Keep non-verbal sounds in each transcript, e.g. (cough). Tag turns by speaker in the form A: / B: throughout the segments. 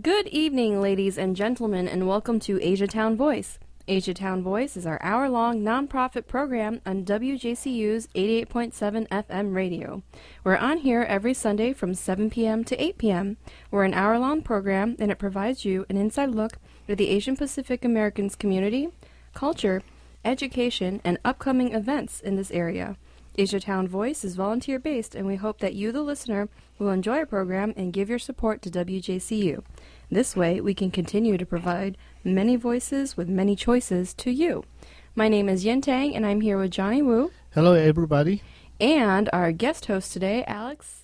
A: Good evening, ladies and gentlemen, and welcome to Asiatown Voice. Asiatown Voice is our hour long nonprofit program on WJCU's 88.7 FM radio. We're on here every Sunday from 7 p.m. to 8 p.m. We're an hour long program, and it provides you an inside look at the Asian Pacific Americans community, culture, education, and upcoming events in this area. Asiatown Voice is volunteer based, and we hope that you, the listener, will enjoy our program and give your support to WJCU. This way, we can continue to provide many voices with many choices to you. My name is Yin Tang, and I'm here with Johnny Wu
B: Hello, everybody.
A: and our guest host today, Alex.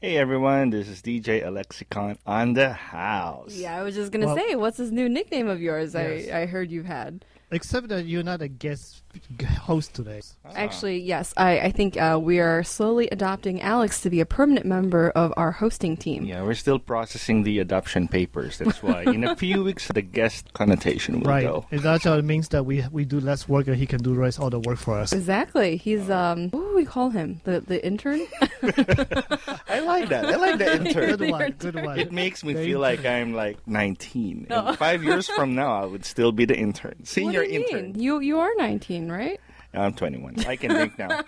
C: Hey everyone, this is DJ Alexicon on the house.
A: Yeah, I was just gonna
B: Well-
A: say, what's this new nickname of yours?
B: Yes.
A: I I heard you had.
B: Except that you're not a guest g- host today.
C: Uh-huh.
A: Actually, yes, I I think uh, we are slowly adopting Alex to be a permanent member of our hosting team.
C: Yeah, we're still processing the adoption papers. That's why in
A: (laughs)
C: a few weeks the guest connotation will
B: Right.
C: go.
B: And that uh, means that we we do less work and he can do rest all the work for us.
A: Exactly. He's
C: Uh-huh.
A: um. What would we call him? The the
C: (laughs)
A: intern.
C: I like that. I like the
B: (laughs) Good
C: intern.
B: one.
A: (laughs)
B: Good
C: It
B: one.
C: makes me
B: The
C: feel like I'm like 19. And five years from now, I would still be the intern, senior
A: Oh. what do you
C: intern.
A: Mean? You you are 19, right?
C: I'm 21. I can think now.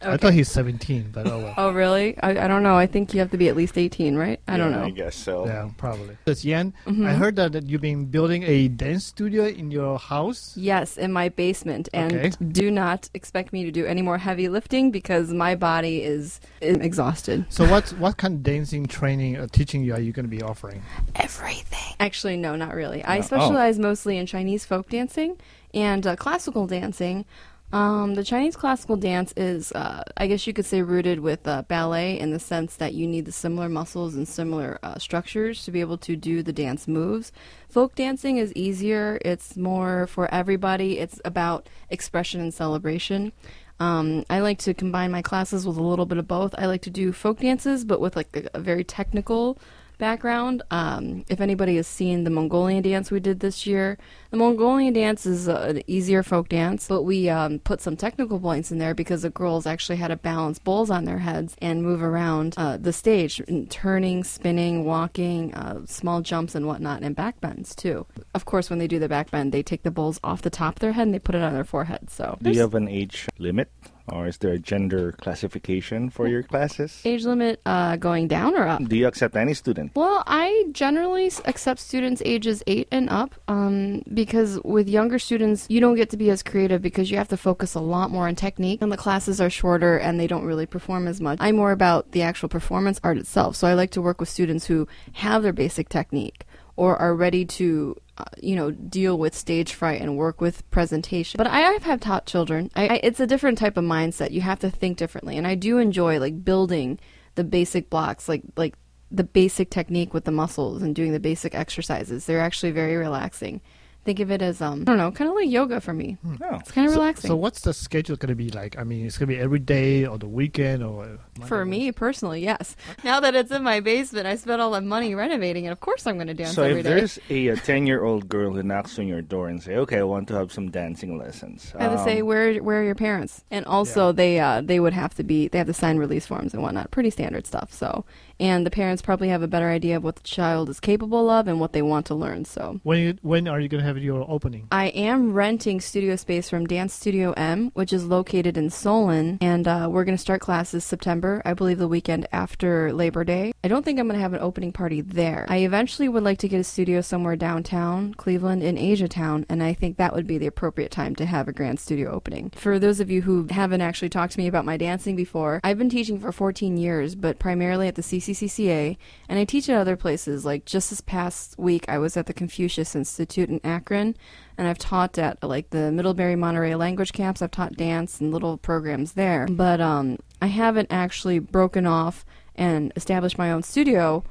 B: I thought he's 17, but oh well.
A: Oh, really? I, I don't know. I think you have to be at least 18, right? (laughs) I don't
C: Yeah, I
A: know.
C: guess so.
B: Yeah, probably. Yes, Yan,
A: Mm-hmm.
B: I heard that, that you've been building a dance studio in your house.
A: Yes, in my basement, and
B: Okay.
A: do not expect me to do any more heavy lifting because my body is, is exhausted.
B: So what what kind of dancing training or teaching you are you going to be offering?
A: Everything. Actually, no, not really. I
C: No. Oh.
A: specialize mostly in Chinese folk dancing and uh, classical dancing. Um, the Chinese classical dance is, uh, I guess you could say, rooted with uh, ballet in the sense that you need the similar muscles and similar uh, structures to be able to do the dance moves. Folk dancing is easier, it's more for everybody, it's about expression and celebration. Um, I like to combine my classes with a little bit of both. I like to do folk dances, but with like a, a very technical background. Um, if anybody has seen the Mongolian dance we did this year, the Mongolian dance is uh, an easier folk dance, but we um, put some technical points in there because the girls actually had to balance bowls on their heads and move around uh, the stage, and turning, spinning, walking, uh, small jumps and whatnot, and back bends too. Of course, when they do the back bend, they take the bowls off the top of their head and they put it on their forehead. So
C: Do you have an age limit? Or is there a gender classification for your classes?
A: age limit uh, going down or up?
C: Do you accept any student?
A: Well, I generally s- accept students ages eight and up um, because with younger students, you don't get to be as creative because you have to focus a lot more on technique, and the classes are shorter and they don't really perform as much. I'm more about the actual performance art itself, so I like to work with students who have their basic technique or are ready to uh, you know deal with stage fright and work with presentation but i have had taught children I, I it's a different type of mindset you have to think differently and i do enjoy like building the basic blocks like like the basic technique with the muscles and doing the basic exercises they're actually very relaxing think of it as um i don't know kind of like yoga for me
C: No.
A: it's kind of
B: So-
A: relaxing
B: So what's the schedule going to be like? I mean, it's going to be every day or the weekend or uh,
A: for
B: Monday,
A: me personally, yes. Now that it's in my basement, I spent all that money renovating it. Of course, I'm going to dance
C: So
A: every
C: if
A: day.
C: there's a, a ten-year-old girl who knocks on your door and say, "Okay, I want to have some dancing lessons,"
A: I would
C: um,
A: say where where are your parents? And also
B: Yeah.
A: they uh, they would have to be they have to sign release forms and whatnot, pretty standard stuff. So and the parents probably have a better idea of what the child is capable of and what they want to learn. So
B: When you, when are you going to have your opening?
A: I am renting studio space from Dance Studio M, which is located in Solon, and uh, we're going to start classes September, I believe the weekend after Labor Day. I don't think I'm going to have an opening party there. I eventually would like to get a studio somewhere downtown, Cleveland, in Asia Town, and I think that would be the appropriate time to have a grand studio opening. For those of you who haven't actually talked to me about my dancing before, I've been teaching for 14 years, but primarily at the CCCCA, and I teach at other places. Like just this past week, I was at the Confucius Institute in Akron and I've taught at like the Middlebury Monterey language camps. I've taught dance and little programs there, but um, I haven't actually broken off and established my own studio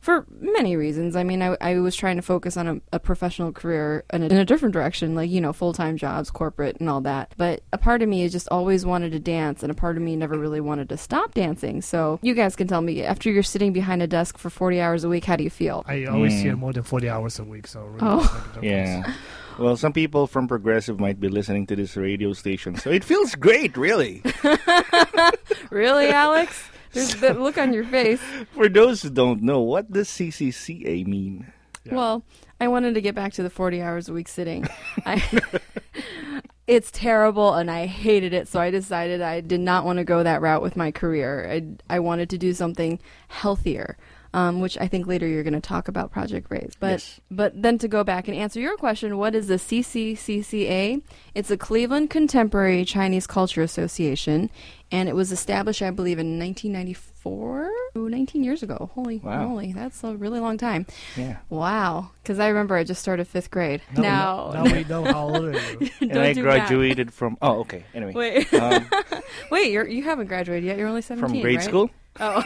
A: for many reasons. I mean, I, I was trying to focus on a, a professional career in a, in a different direction, like you know, full time jobs, corporate, and all that. But a part of me just always wanted to dance, and a part of me never really wanted to stop dancing. So you guys can tell me after you're sitting behind a desk for 40 hours a week, how do you feel?
B: I always
C: Mm.
B: hear more than 40 hours a week, so really
A: Oh.
B: doesn't make a difference.
C: Yeah. Well, some people from Progressive might be listening to this radio station, so it feels great, really.
A: (laughs) (laughs) really, Alex? There's that look on your face.
C: (laughs) For those who don't know, what does CCCA mean?
B: Yeah.
A: Well, I wanted to get back to the 40 hours a week sitting. (laughs) I, it's terrible and I hated it, so I decided I did not want to go that route with my career. I, I wanted to do something healthier. Um, which I think later you're going to talk about Project Raise, but
C: Yes.
A: but then to go back and answer your question, what is the CCCCA? It's a Cleveland Contemporary Chinese Culture Association, and it was established, I believe, in 1994, Ooh, 19 years ago. Holy
C: Wow.
A: moly, that's a really long time.
C: Yeah.
A: Wow, because I remember I just started fifth grade.
B: Now,
A: Now,
B: now we know how old are you.
A: (laughs) don't
C: and I
A: do math.
C: graduated from. Oh, okay. Anyway.
A: Wait, (laughs)
C: Um,
A: wait, you're, you haven't graduated yet. You're only seventeen.
C: from grade
A: right?
C: school?
A: Oh,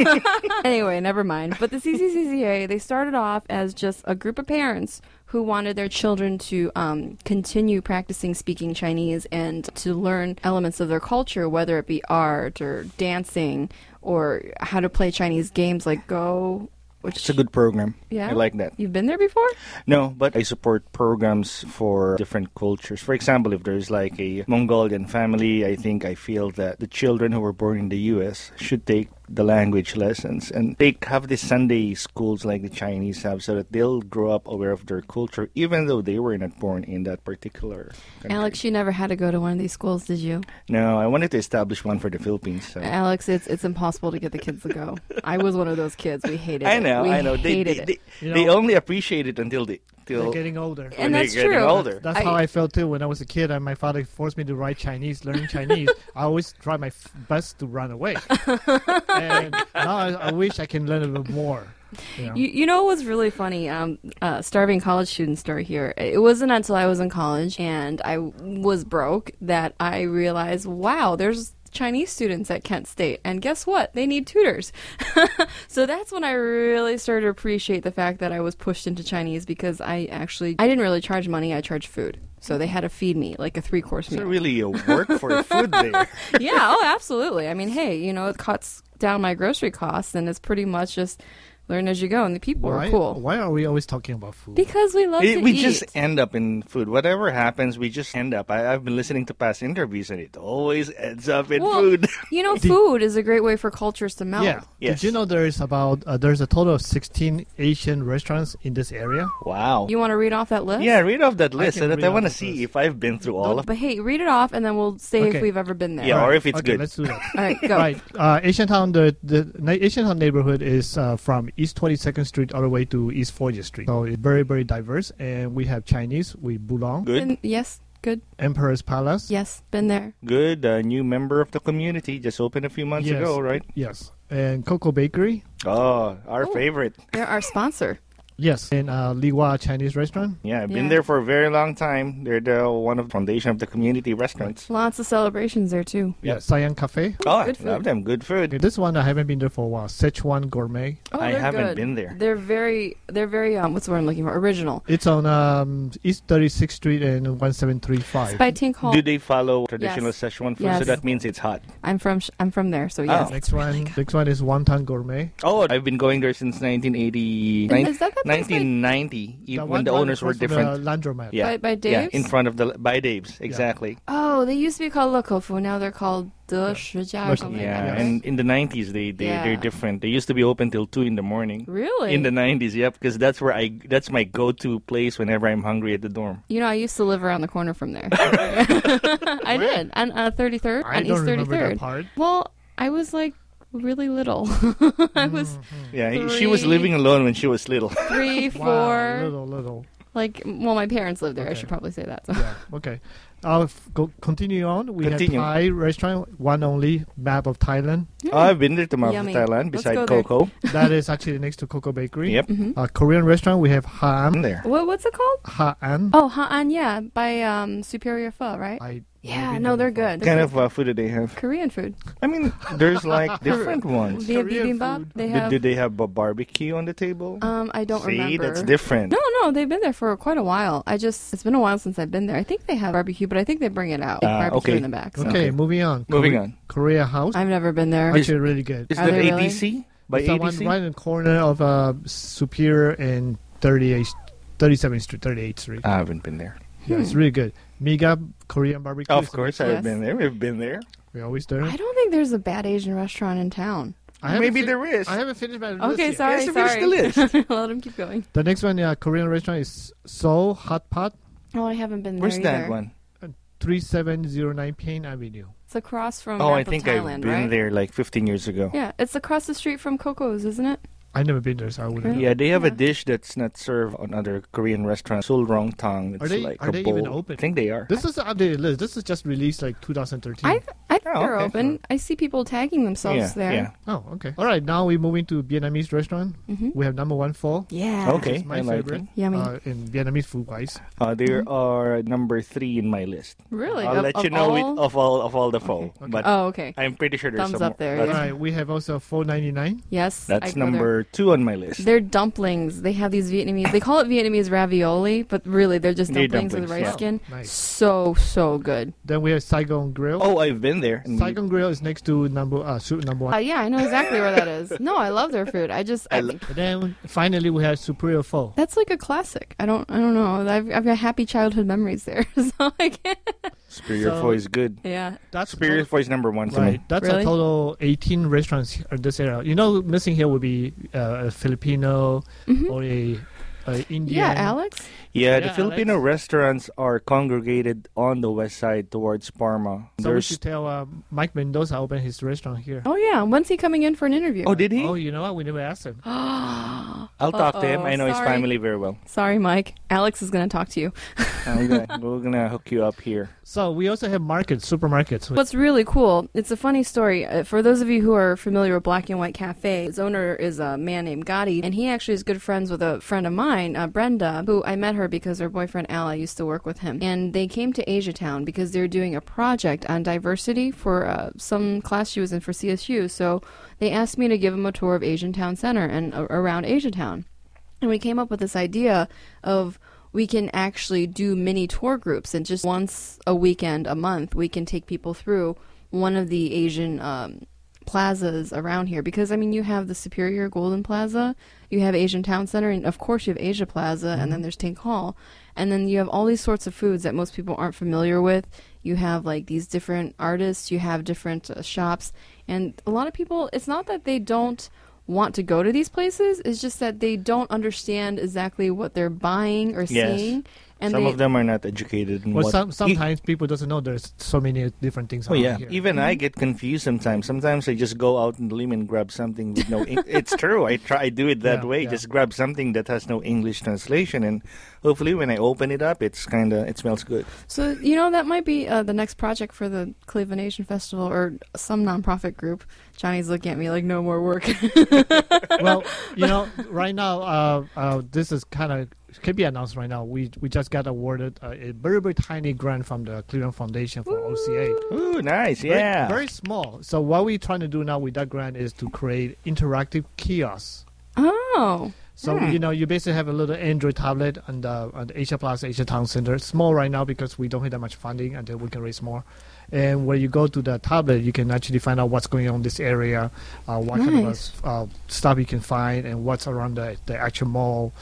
A: (laughs) anyway, never mind. But the CCCCA, they started off as just a group of parents who wanted their children to um, continue practicing speaking Chinese and to learn elements of their culture, whether it be art or dancing or how to play Chinese games like Go. Which
C: It's a good program.
A: yeah,
C: I like that.
A: You've been there before?
C: No, but I support programs for different cultures. For example, if there's like a Mongolian family, I think I feel that the children who were born in the US should take the language lessons and they have the Sunday schools like the Chinese have so that they'll grow up aware of their culture even though they were not born in that particular country.
A: Alex, you never had to go to one of these schools, did you?
C: No, I wanted to establish one for the Philippines. So.
A: Alex, it's it's impossible to get the kids to go. I was one of those kids. We hated it.
C: I know,
A: We
C: I know. They
A: hated
C: they,
A: it.
C: they,
B: You
C: they
B: know-
C: only appreciate it until they till
B: They're getting older.
A: And
C: they're
A: that's
C: getting
A: true.
C: older.
B: That's
A: I-
B: how I felt too when I was a kid, and my father forced me to write Chinese, learn Chinese. I always try my f- best to run
A: (laughs)
B: away, and now I, I wish I can learn a little more. You know?
A: You, you know what was really funny? Um, uh, starving college student story here. It wasn't until I was in college and I was broke that I realized, wow, there's Chinese students at Kent State, and guess what? They need tutors. (laughs) so that's when I really started to appreciate the fact that I was pushed into Chinese because I actually I didn't really charge money. I charged food, so they had to feed me like a three course
C: It's
A: meal.
C: really a work for food there.
A: yeah, oh, absolutely. I mean, hey, you know, it cuts down my grocery costs, and it's pretty much just learn as you go. And the people are
B: why,
A: oh, cool
B: why are we always talking about food?
A: because we love
C: It-
A: to
C: we
A: eat.
C: just end up in food. Whatever happens, we just end up. I, I've been listening to past interviews, and it always ends up in
A: Well,
C: food. (laughs)
A: you know, food is a great way for cultures to melt.
B: yeah.
C: Yes.
B: Did you know there is about uh, there's a total of 16 Asian restaurants in this area?
C: wow.
A: You want to read off that list?
C: yeah, read off that list,
B: can
C: so that
B: read
C: I
B: off
C: want to
B: that
C: see
B: list.
C: if I've been through all of.
A: But hey, read it off, and then we'll say if
B: Okay.
A: we've ever been there.
C: Yeah, or if it's
B: okay,
C: good.
B: Let's do that.
A: All right, go.
B: Right. Uh, Asian Town, the, the na- Asian Town neighborhood is uh, from East 22nd Street all the way to East 40th Street. So it's very, very diverse. And we have Chinese, we Bulong,
C: Good,
A: Been- yes, good.
B: Emperor's Palace.
A: Yes, been there.
C: good. A new member of the community just opened a few months
B: Yes.
C: ago, right?
B: Yes. And Coco Bakery.
C: Oh, our
A: Oh.
C: favorite.
A: They're our sponsor.
B: Yes. And uh, Liwa Chinese Restaurant.
C: Yeah, I've
A: Yeah.
C: been there for a very long time. They're the one of foundation of the community restaurants.
A: Lots of celebrations there too.
B: Yeah.
C: Yep.
B: Siam Cafe.
C: Oh,
A: Good
C: love
A: food.
C: them. Good
B: Okay,
C: food.
B: this one I haven't been there for a while. Sichuan Gourmet.
A: Oh,
C: I
A: they're
C: haven't
A: good.
C: been there.
A: They're very, they're very. Um, what's the word I'm looking for? Original.
B: It's on um, East 36th Street and 1735.
A: By Tink Hall.
C: Do they follow traditional Szechuan food?
A: Yes.
C: So that means it's hot.
A: I'm from. Sh- I'm from there, so yes.
B: Next one, next one is Wonton Gourmet.
C: Oh, I've been going there since 1980,
A: Is that the place by-
C: 1990,
B: The
C: even
B: one
C: when the
B: right
C: owners were
B: across from
C: different.
B: The Landromat.
A: By-
C: yeah,
A: by
C: yeah,
A: Dave's?
C: in front of the by Dave's, exactly.
A: Oh, they used to be called Lokofu. Now they're called De Shijia or
B: Local-
A: something
C: Yeah,
B: Yeah.
A: like that. right?
C: and in the 90s, they
A: Oh
C: they
A: Yeah.
C: they're different. They used to be open till two in the morning.
A: really.
C: In the 90s, yep, because that's where I that's my go-to place whenever I'm hungry at the dorm.
A: You know, I used to live around the corner from
B: (laughs)
A: there. (laughs) I did on uh, 33rd,
B: I
A: on
B: don't
A: East
B: remember
A: 33rd.
B: that part.
A: Well, I was like really little. (laughs) I was
B: Mm-hmm.
C: Yeah, he- she was
A: Three.
C: living alone when she was
A: (laughs)
C: little. (laughs)
A: three, four.
B: Mm. Wow, little, little.
A: Like, well, my parents lived there. I
B: Okay.
A: should probably say that. So.
B: Yeah. (laughs) Okay. I'll f- go continue on. We
C: Continue.
B: have Thai restaurant, one only map of Thailand.
C: I've been there to Mount
A: Yummy.
C: Thailand
A: Let's
C: beside
A: go there.
C: Coco.
B: That
A: (laughs)
B: is actually next to Coco Bakery.
C: Yep,
A: hmm
B: Uh, Korean restaurant, we have
C: I'm
B: Ha'an.
A: (laughs)
C: there.
A: What what's it called?
B: Ha'an.
A: Oh, Ha'an, yeah, by um, Superior Pho, right?
B: I
A: yeah,
B: been
A: no,
B: there
A: they're
B: before.
A: good.
C: What
A: They're
C: kind
A: good.
C: of uh, food do they have?
A: Korean food.
C: I mean, there's
A: (laughs)
C: like different ones.
A: They have
B: Korean
A: bibimbap.
B: food.
A: They
C: Did-
A: have.
C: Did they have a barbecue on the table?
A: um, I don't
C: See,
A: remember.
C: that's different.
A: No, no, they've been there for quite a while. I just it's been a while since I've been there. I think they have barbecue, but I think they bring it out.
C: Ah,
A: barbecue
C: okay.
A: in the back. So.
B: Okay, moving on.
C: Moving
B: Kore-
C: on.
B: Korea House,
A: I've never been there.
C: Is-
B: actually really good.
C: Is
A: Are
C: that
A: they really?
C: ADC? By
B: It's the one
C: ADC?
B: right in the corner of uh, Superior and 38th, 37th Street, 38th Street.
C: I haven't been there.
B: Yeah, it's really good. Miga Korean barbecue.
C: Of
B: is-
C: course,
A: Yes.
C: I've been there. We've been there.
B: we always there.
A: I don't think there's a bad Asian restaurant in town.
B: I haven't
C: Maybe
B: fin-
C: there is.
B: I haven't finished my list
A: Okay,
B: yet.
A: sorry,
C: Yes,
A: sorry.
C: finish
A: (laughs)
C: the
A: Let him keep going.
B: The next one, uh, Korean restaurant is Seoul Hot Pot,
A: Oh, I haven't been
C: Where's
A: there
C: that
A: either.
C: one?
B: 3709 Payne Avenue.
A: It's across from
C: Oh, I
A: Napa,
C: think
A: Thailand,
C: I've been
A: right?
C: there like 15 years ago.
A: Yeah, it's across the street from Coco's, isn't it?
B: I've never been there, so I wouldn't. know.
C: Yeah, they have a
A: Yeah.
C: dish that's not served on other Korean restaurants. Sulrong tang. It's
B: Are they-
C: like
B: are
C: a
B: they
C: bowl.
B: even open?
C: I think they are.
B: This is the updated list. This is just released like 2013.
A: I I think
C: Oh,
A: they're
C: okay.
A: open. I see people tagging themselves
C: yeah,
A: there.
C: yeah.
B: Oh, okay. All right, now we move into Vietnamese restaurant.
A: Mm-hmm.
B: We have number one pho.
A: Yeah.
C: Okay,
B: It's my
C: I like
B: favorite.
C: it.
A: Yummy.
B: Uh, in Vietnamese food wise,
C: Uh, there are number three in my list.
A: really?
C: I'll
A: Mm-hmm. Of-
C: let
A: of
C: you know
A: all-
C: it, of all of all the pho,
A: Okay.
B: Okay.
C: but
A: oh, okay.
C: I'm pretty sure there's
A: Thumbs
C: some
A: up there,
C: More.
B: all
A: yeah.
B: right. We have also four ninety nine.
A: Yes. I
C: That's
A: go there.
C: number two on my list.
A: They're dumplings. They have these Vietnamese. They call it Vietnamese ravioli, but really they're just
C: They're
A: dumplings, with rice
C: dumplings, yeah.
A: skin.
B: Nice.
A: So so good.
B: Then we have Saigon Grill.
C: oh, I've been there. And we-
B: Saigon Grill is next to number uh, soup number one.
A: Uh, yeah, I know exactly where that is. No, I love their food. I just
C: I lo-
B: And then finally we have Superior Pho.
A: that's like a classic. I don't I don't know. I've I've got happy childhood memories there. (laughs) So I can't.
C: Superior
B: So-
C: Pho is good.
A: Yeah.
B: That's
C: Superior Pho is number one to
B: Right,
C: me.
B: that's
A: Really?
B: a total 18 restaurants in this area. You know, missing here would be uh, a Filipino
A: Mhm.
B: or a, a Indian.
A: Yeah, Alex.
C: Yeah,
B: Yeah,
C: the Filipino
B: Alex.
C: restaurants are congregated on the west side towards Parma.
B: So we should tell uh, Mike Mendoza open his restaurant here.
A: Oh yeah, when's he coming in for an interview?
C: oh, did he?
B: Oh, you know what? We never asked him.
A: Oh,
C: I'll talk to him.
A: Uh-oh,
C: I know his
A: sorry.
C: family very well.
A: (gasps) Sorry, Mike. Alex is going to talk to you.
C: I'm gonna- we're gonna hook you up here.
B: So we also have markets, supermarkets.
A: What's really cool, it's a funny story. Uh, For those of you who are familiar with Black and White Cafe, its owner is a man named Gotti, and he actually is good friends with a friend of mine, uh, Brenda, who I met her because her boyfriend Al, I used to work with him. And they came to Asia Town because they're doing a project on diversity for uh, some class she was in for CSU. So they asked me to give them a tour of Asian Town Center and uh, around Asia Town. And we came up with this idea of we can actually do mini tour groups and just once a weekend, a month, we can take people through one of the Asian um, plazas around here. Because, I mean, you have the Superior Golden Plaza, you have Asian Town Center, and of course, you have Asia Plaza, and then there's Tank Hall. And then you have all these sorts of foods that most people aren't familiar with. You have like these different artists, you have different uh, shops. And a lot of people, it's not that they don't want to go to these places. It's just that they don't understand exactly what they're buying or
C: Yes.
A: seeing. And
C: some
A: they,
C: of them are not educated. In
B: Well,
C: what,
B: some,
C: E-
B: sometimes people doesn't know there's so many different things.
C: Oh
B: around
C: yeah,
B: here.
C: even I get confused sometimes. Sometimes I just go out in the limb and grab something with no. Eng-
B: (laughs)
C: it's true. I try I do it that
B: Yeah,
C: way.
B: yeah.
C: Just grab something that has no English translation, and hopefully when I open it up, it's kind of it smells good.
A: So, you know, that might be uh, the next project for the Cleveland Asian Festival or some nonprofit group. Johnny's looking at me like, no more work. (laughs)
B: well, you know, right now, uh, uh, this is kind of can be announced right now. We we just got awarded uh, a very very tiny grant from the Cleveland Foundation (laughs) for OCA.
C: Ooh, nice.
B: Very-
C: Yeah.
B: very, small. So what we're trying to do now with that grant is to create interactive kiosks.
A: oh.
B: So
C: Hmm.
B: you know, you basically have a little Android tablet on the, on the Asia Plus Asia Town Center. It's small right now because we don't have that much funding until we can raise more. And where you go to the tablet, you can actually find out what's going on in this area, uh, what kind
A: Nice.
B: of uh, stuff you can find, and what's around the, the actual mall.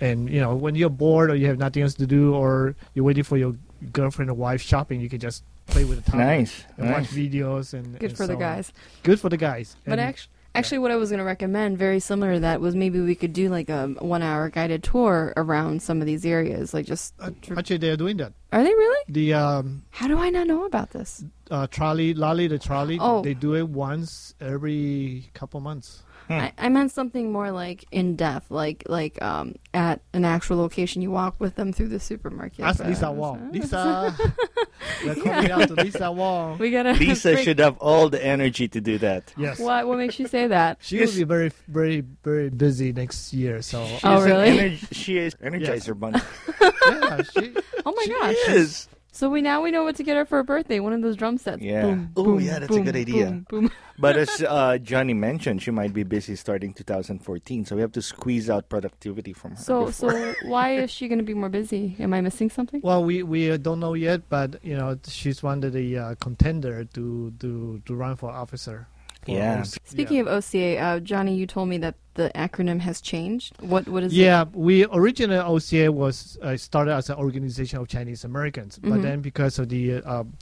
B: And you know, when you're bored or you have nothing else to do, or you're waiting for your girlfriend or wife shopping, you can just play with the tablet
C: Nice.
B: and watch
C: nice.
B: videos and
A: Good
B: and
A: for the
B: so on.
A: guys.
B: Good for the guys.
A: But
B: And-
A: actually, actually, what I was going to recommend, very similar to that, was maybe we could do like a one-hour guided tour around some of these areas. Like, just
B: uh, actually, they're doing that.
A: are they really?
B: The um,
A: How do I not know about this?
B: uh, trolley, lolly the trolley.
A: Oh.
B: They do it once every couple months.
C: Hmm.
A: I, I meant something more like in depth, like like um at an actual location. You walk with them through the supermarket.
B: Ask
A: but- (laughs)
B: Lisa Wong. Lisa, they're coming out to Lisa Wong.
A: we (laughs) gotta.
C: Lisa
A: bring-
C: should have all the energy to do that.
B: Yes.
A: What what makes you say
C: (laughs)
A: that?
B: She will be very, very, very busy next
A: (laughs)
B: year. So
A: Oh,
C: She's an
A: really?
C: energ-
A: (laughs)
C: she is energizer bunny.
B: yeah, she,
A: Oh my
C: she
A: gosh!
C: is.
A: So we now we know what to get her for her birthday. One of those drum sets.
C: Yeah.
A: Boom,
C: Oh,
A: boom,
C: yeah, that's a
A: boom,
C: good idea.
A: boom,
C: (laughs)
A: boom.
C: But as uh, Johnny mentioned, she might be busy starting 2014, so we have to squeeze out productivity from her.
A: So
C: before-
A: so
C: (laughs)
A: why is she gonna be more busy? Am I missing something?
B: well, we we uh, don't know yet, but you know she's one of the uh, contender to to to run for officer. for
C: Yeah.
B: OC.
A: Speaking of OCA, uh, Johnny, you told me that the acronym has changed. What what is it?
B: yeah, we originally OCA was uh, started as an organization of Chinese Americans, but
A: Mhm.
B: then because of the uh, um,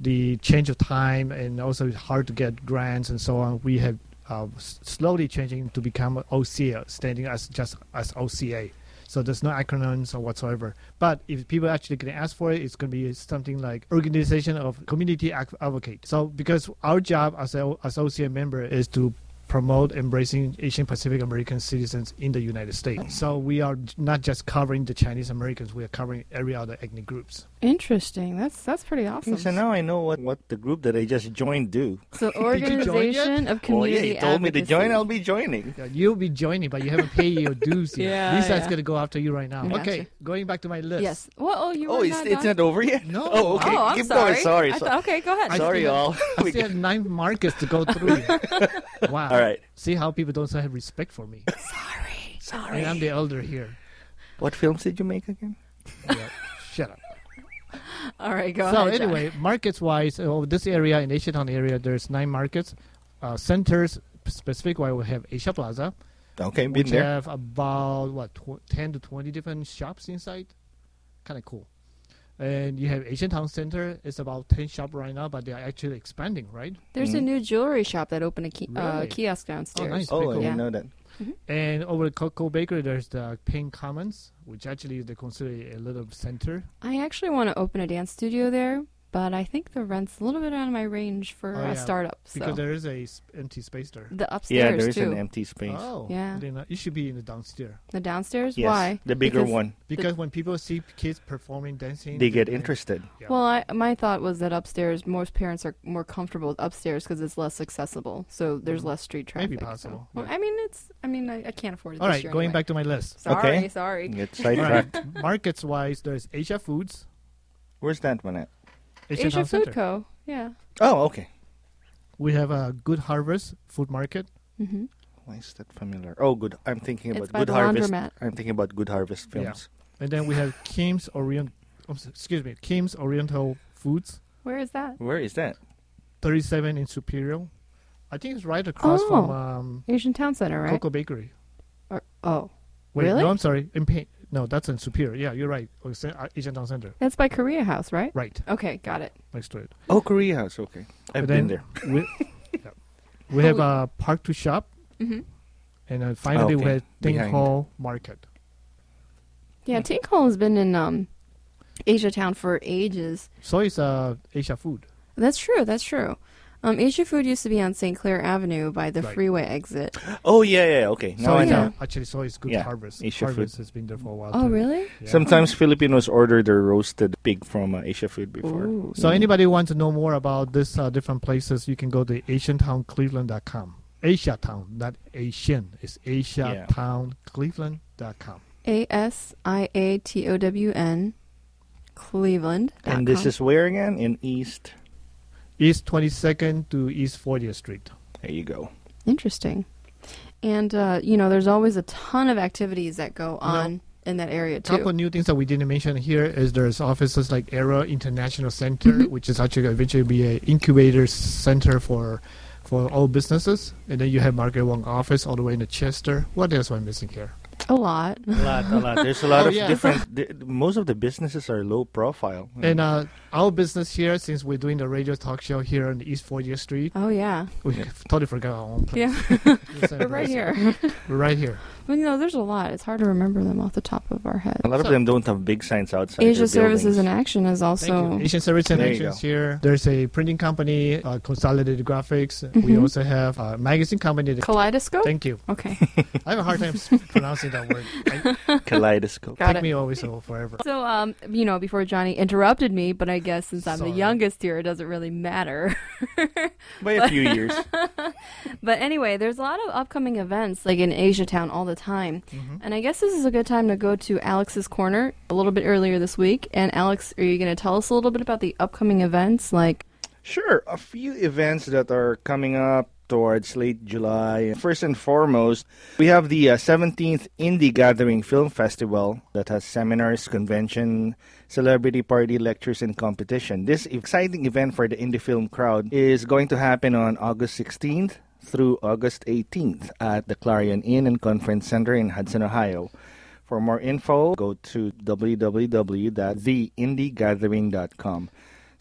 B: the change of time and also it's hard to get grants and so on, we have uh, s- slowly changing to become OCA, standing as just as OCA. So there's no acronyms or whatsoever. But if people actually can ask for it, it's going to be something like Organization of Community Ac- Advocate. So because our job as a as OCA member is to promote embracing Asian Pacific American citizens in the United States. So we are j- not just covering the Chinese Americans, we are covering every other ethnic groups.
A: Interesting. That's that's pretty awesome.
C: Okay, so now I know what, what the group that I just joined do.
A: So
C: (laughs)
B: you join yet?
A: organization of
C: Oh
A: community.
C: yeah, you told me to join.
A: advocacy.
C: I'll be joining.
B: Yeah, You'll be joining, but you haven't paid
A: (laughs)
B: your dues yet.
A: Yeah,
B: Lisa's
A: yeah.
B: going to go after you right now.
A: Gotcha.
B: Okay, going back to my list.
A: Yes. Well, oh, you.
C: Oh,
A: were
C: it's,
A: not
C: it's
A: done?
C: not over yet.
B: No.
C: Oh, okay.
A: Oh, I'm
C: Keep
A: sorry.
C: going. Sorry.
A: I
C: so-
A: thought- okay, go ahead.
B: I
C: sorry,
B: still-
C: all.
B: I
C: (laughs) We
B: still
C: got-
B: have nine markets to
A: (laughs)
B: go through. wow.
C: All right.
B: See how people don't have respect for me.
A: sorry.
B: and I'm the elder here.
C: What films did you make again?
B: Yeah. Shut up.
A: All right, go
B: so
A: ahead. John.
B: anyway, markets wise, oh, this area in Asia Town area, there's nine markets. Uh, centers specific, why we have Asia Plaza,
C: Okay, been
B: which
A: uh,
C: there.
B: have about what tw- ten to twenty different shops inside. Kind of cool. And you have Asian Town Center. It's about ten shop right now, but they are actually expanding, right?
A: there's a
C: Mhm.
A: new jewelry shop that opened a ki- uh,
B: Really?
A: kiosk downstairs.
B: nice.
C: Oh, I
B: Pretty
C: didn't
A: cool.
C: know that.
B: And over at Coco Bakery, there's the Pink Commons, which actually they consider a little center.
A: I actually want to open a dance studio there, but I think the rent's a little bit out of my range for
B: Oh,
A: a
B: yeah,
A: startup.
B: Because
A: So
B: there is a s- empty space there.
A: the upstairs
C: Yeah, there is
A: too.
C: an empty space.
B: Oh,
A: Yeah.
B: I didn't know. it should be in the downstairs.
A: the downstairs.
C: Yes,
A: Why?
C: The bigger
A: Because-
C: one.
B: Because when people see kids performing, dancing,
C: They get interested.
B: Yeah.
A: Well, I, my thought was that upstairs, most parents are more comfortable with upstairs because it's less accessible, so there's
B: Mhm.
A: less street traffic.
B: Maybe
A: so-
B: possible,
A: Well,
B: yeah.
A: I mean, it's. I mean, I, I can't afford it.
B: All
A: this
B: right,
A: year
B: going
A: anyway.
B: back to my list.
A: Sorry,
C: Okay.
A: sorry.
C: Get
B: All
C: sidetracked.
B: right, markets wise, there's Asia Foods,
C: Where's that one at?
B: Asia,
A: Asia
B: Town
A: Food
B: Center.
A: Co. Yeah.
C: Oh, okay.
B: We have a Good Harvest Food Market.
A: Mm-hmm.
C: Why is that familiar? Oh, good. I'm thinking
A: It's
C: about
A: by
C: Good
A: the
C: Harvest.
A: laundromat.
C: I'm thinking about Good Harvest
B: Yeah.
C: films.
B: And then we
A: (laughs)
B: have Kim's Orient, oh, s- excuse me, Kim's Oriental Foods,
A: Where is that?
C: Where is that?
B: 37 in Superior. I think it's right across from
A: Oh.
B: um,
A: Asian Town Center, right?
B: Coco Bakery.
A: Or, oh,
B: Wait,
A: Really?
B: no, I'm sorry. In Pain. No, that's in Superior. Yeah, you're right. Oh, it's in, uh, Asian Town Center.
A: that's by Korea House, right?
B: Right
A: Okay, got it.
B: next to it.
C: Oh, Korea House. Okay, I've
B: And
C: been
B: then
C: there.
B: We, yeah.
A: (laughs)
B: we have a uh, park to shop,
A: Oh. Mm-hmm.
B: and uh, finally we
C: Okay,
B: have Ting
C: behind.
B: Hall Market.
A: Yeah, Tink Hall has been in um, Asia Town for ages.
B: So it's uh, Asia food.
A: That's true. That's true. Um, Asia Food used to be on St. Clair Avenue by the
B: Right.
A: freeway exit.
C: Oh yeah, yeah. Okay, now
B: so
C: I
B: it's,
A: yeah.
C: know.
B: uh, actually, so it's good
C: Yeah,
B: harvest.
C: Asia Food.
B: harvest has been there for a while.
A: Oh,
B: too.
A: really?
B: Yeah.
C: Sometimes Filipinos order their roasted pig from uh, Asia Food before.
A: Ooh.
B: So
C: Mhm.
B: anybody want to know more about this uh, different places, you can go to AsianTownCleveland.com. Asia Town, not Asian. It's AsiaTownCleveland.com.
A: A S I A T O W N, Cleveland.
C: And this is where again? In East.
B: East 22nd to East 40th Street.
C: There you go.
A: interesting. And uh, you know, there's always a ton of activities that go on in that area too.
B: couple new things that we didn't mention here is there's offices like Era International Center, which is actually going to eventually be an incubator center for for all businesses. And then you have Market Wong office all the way in Chester. What else am I missing here?
A: a lot.
C: A lot, a lot. There's a lot
B: Oh,
C: of
B: yeah.
C: different. (laughs) The, most of the businesses are low profile.
B: And
C: Mm.
B: uh, our business here, since we're doing the radio talk show here on East 40th
C: Ah.
B: Street,
A: Oh yeah,
B: we totally forgot our own place.
A: yeah.
B: (laughs)
A: (laughs)
B: It's
A: We're right
B: embarrassing.
A: here.
B: We're right here.
A: But you know, there's a lot. It's hard to remember them off the top of our head.
C: a lot of
B: so-
C: them don't have big signs outside.
A: Asia
C: their
A: Services
C: buildings.
A: in Action is
B: Thank
A: also
B: you. Asian Service and
C: There you
B: Actions
C: go.
B: here. There's a printing company, uh, Consolidated Graphics. We
A: Mhm.
B: also have a magazine company. that-
A: Kaleidoscope.
B: Thank you.
A: okay,
B: (laughs) I have a hard
A: (laughs)
B: time s- pronouncing that word. I,
C: (laughs) Kaleidoscope.
A: got
B: take
A: it.
B: me always so forever.
A: So, um, you know, before Johnny interrupted me, but I guess since I'm
B: Sorry.
A: the youngest here, it doesn't really matter. (laughs)
C: By a few years.
A: But anyway, there's a lot of upcoming events like in Asia Town all the time.
B: Mhm.
C: Mm-hmm.
A: And I guess this is a good time to go to Alex's Corner a little bit earlier this week. And Alex, are you going to tell us a little bit about the upcoming events? Like,
C: (laughs) Sure, a few events that are coming up towards late July. First and foremost, we have the uh, 17th Indie Gathering Film Festival that has seminars, convention, celebrity party, lectures, and competition. This exciting event for the indie film crowd is going to happen on August 16th through August 18th at the Clarion Inn and Conference Center in Hudson, Ohio. For more info, go to www.theindygathering.com.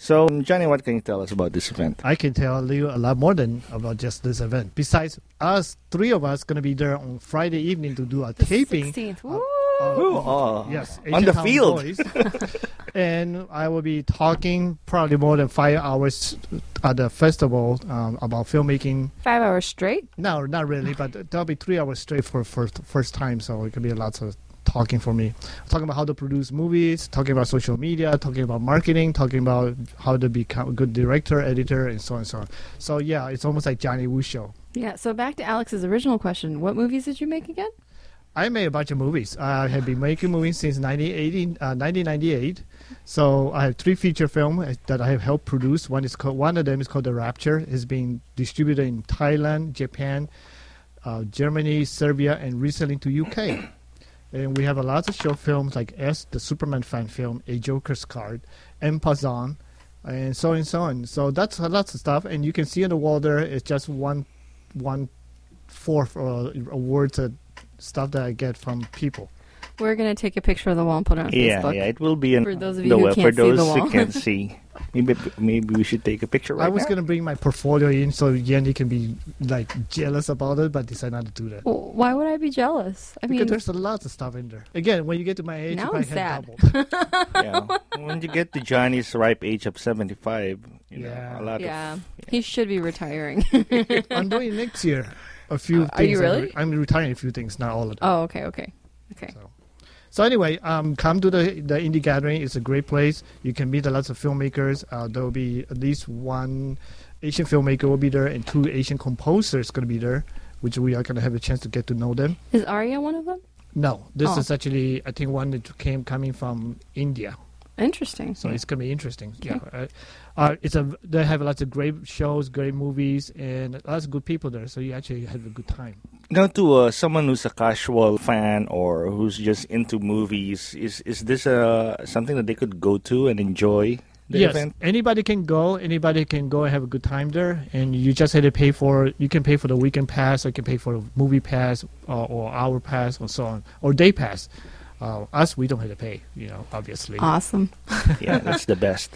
C: So, Johnny, what can you tell us about this event?
B: I can tell you a lot more than about just this event. Besides us, three of us gonna be there on Friday evening to do a
A: The
B: taping.
A: 16th.
B: Uh,
A: Woo!
C: Ooh, oh.
B: Yes,
C: on the
B: Asian Town
C: field. (laughs)
B: Boys. and I will be talking probably more than five hours at the festival um, about filmmaking.
A: Five hours straight.
B: No, not really, but that'll be three hours straight for first first time, so it could be lots of talking for me. Talking about how to produce movies, talking about social media, talking about marketing, talking about how to become a good director, editor, and so on and so on. So yeah, it's almost like Johnny Woo show.
A: Yeah. So back to Alex's original question: What movies did you make again?
B: I made a bunch of movies. I have been making movies since 1980, uh, 1998. So I have three feature films that I have helped produce. One is called, one of them is called The Rapture. It's been distributed in Thailand, Japan, uh, Germany, Serbia, and recently to UK. and we have a lot of short films like S, the Superman fan film, A Joker's Card, and Pazan, and so on and so on. So that's a lot of stuff. And you can see on the wall there, it's just one, one fourth uh, awards that stuff that I get from people.
A: We're gonna take a picture of the wall and put it on
C: Yeah,
A: Facebook.
C: yeah, it will be an,
A: For those of you
C: the
A: who
C: web-
A: can't
C: for
A: see the
C: those who
A: wall. (laughs)
C: can't see. Maybe maybe we should take a picture right
B: I was
C: now.
B: gonna bring my portfolio in so Yandy can be like jealous about it, but decided not to do that.
A: Well, why would I be jealous? I
B: because
A: mean,
B: there's a lot of stuff in there. Again, when you get to my age,
A: Now
B: if I
A: I'm
B: had
A: sad.
B: doubled. (laughs)
C: yeah. When you get to Johnny's ripe age of 75, you know,
B: Yeah.
C: a lot
A: yeah,
C: of...
A: he should be retiring. (laughs)
B: I'm doing next year. A few.
A: Uh, are
B: things
A: you
B: I'm
A: really?
B: re- I'm retiring a few things, not all of them.
A: oh, okay, okay, okay.
B: So, so anyway, um, come to the the indie gathering. It's a great place. You can meet a lot of filmmakers. Uh, there will be at least one Asian filmmaker will be there, and two Asian composers going to be there, which we are going to have a chance to get to know them.
A: Is Arya one of them?
B: No, this
A: Oh.
B: is actually I think one that came coming from India,
A: Interesting.
B: so it's gonna be interesting. Yeah, uh, uh, it's a they have lots of great shows, great movies, and lots of good people there. So you actually have a good time.
C: Now, to uh, someone who's a casual fan or who's just into movies, is is this uh, something that they could go to and enjoy the
B: yes,
C: event?
B: anybody can go. Anybody can go and have a good time there. And you just have to pay for. You can pay for the weekend pass, or you can pay for the movie pass, or, or hour pass, and so on, or day pass. Uh, us, we don't have to pay. You know, obviously.
A: Awesome.
C: yeah, that's the best.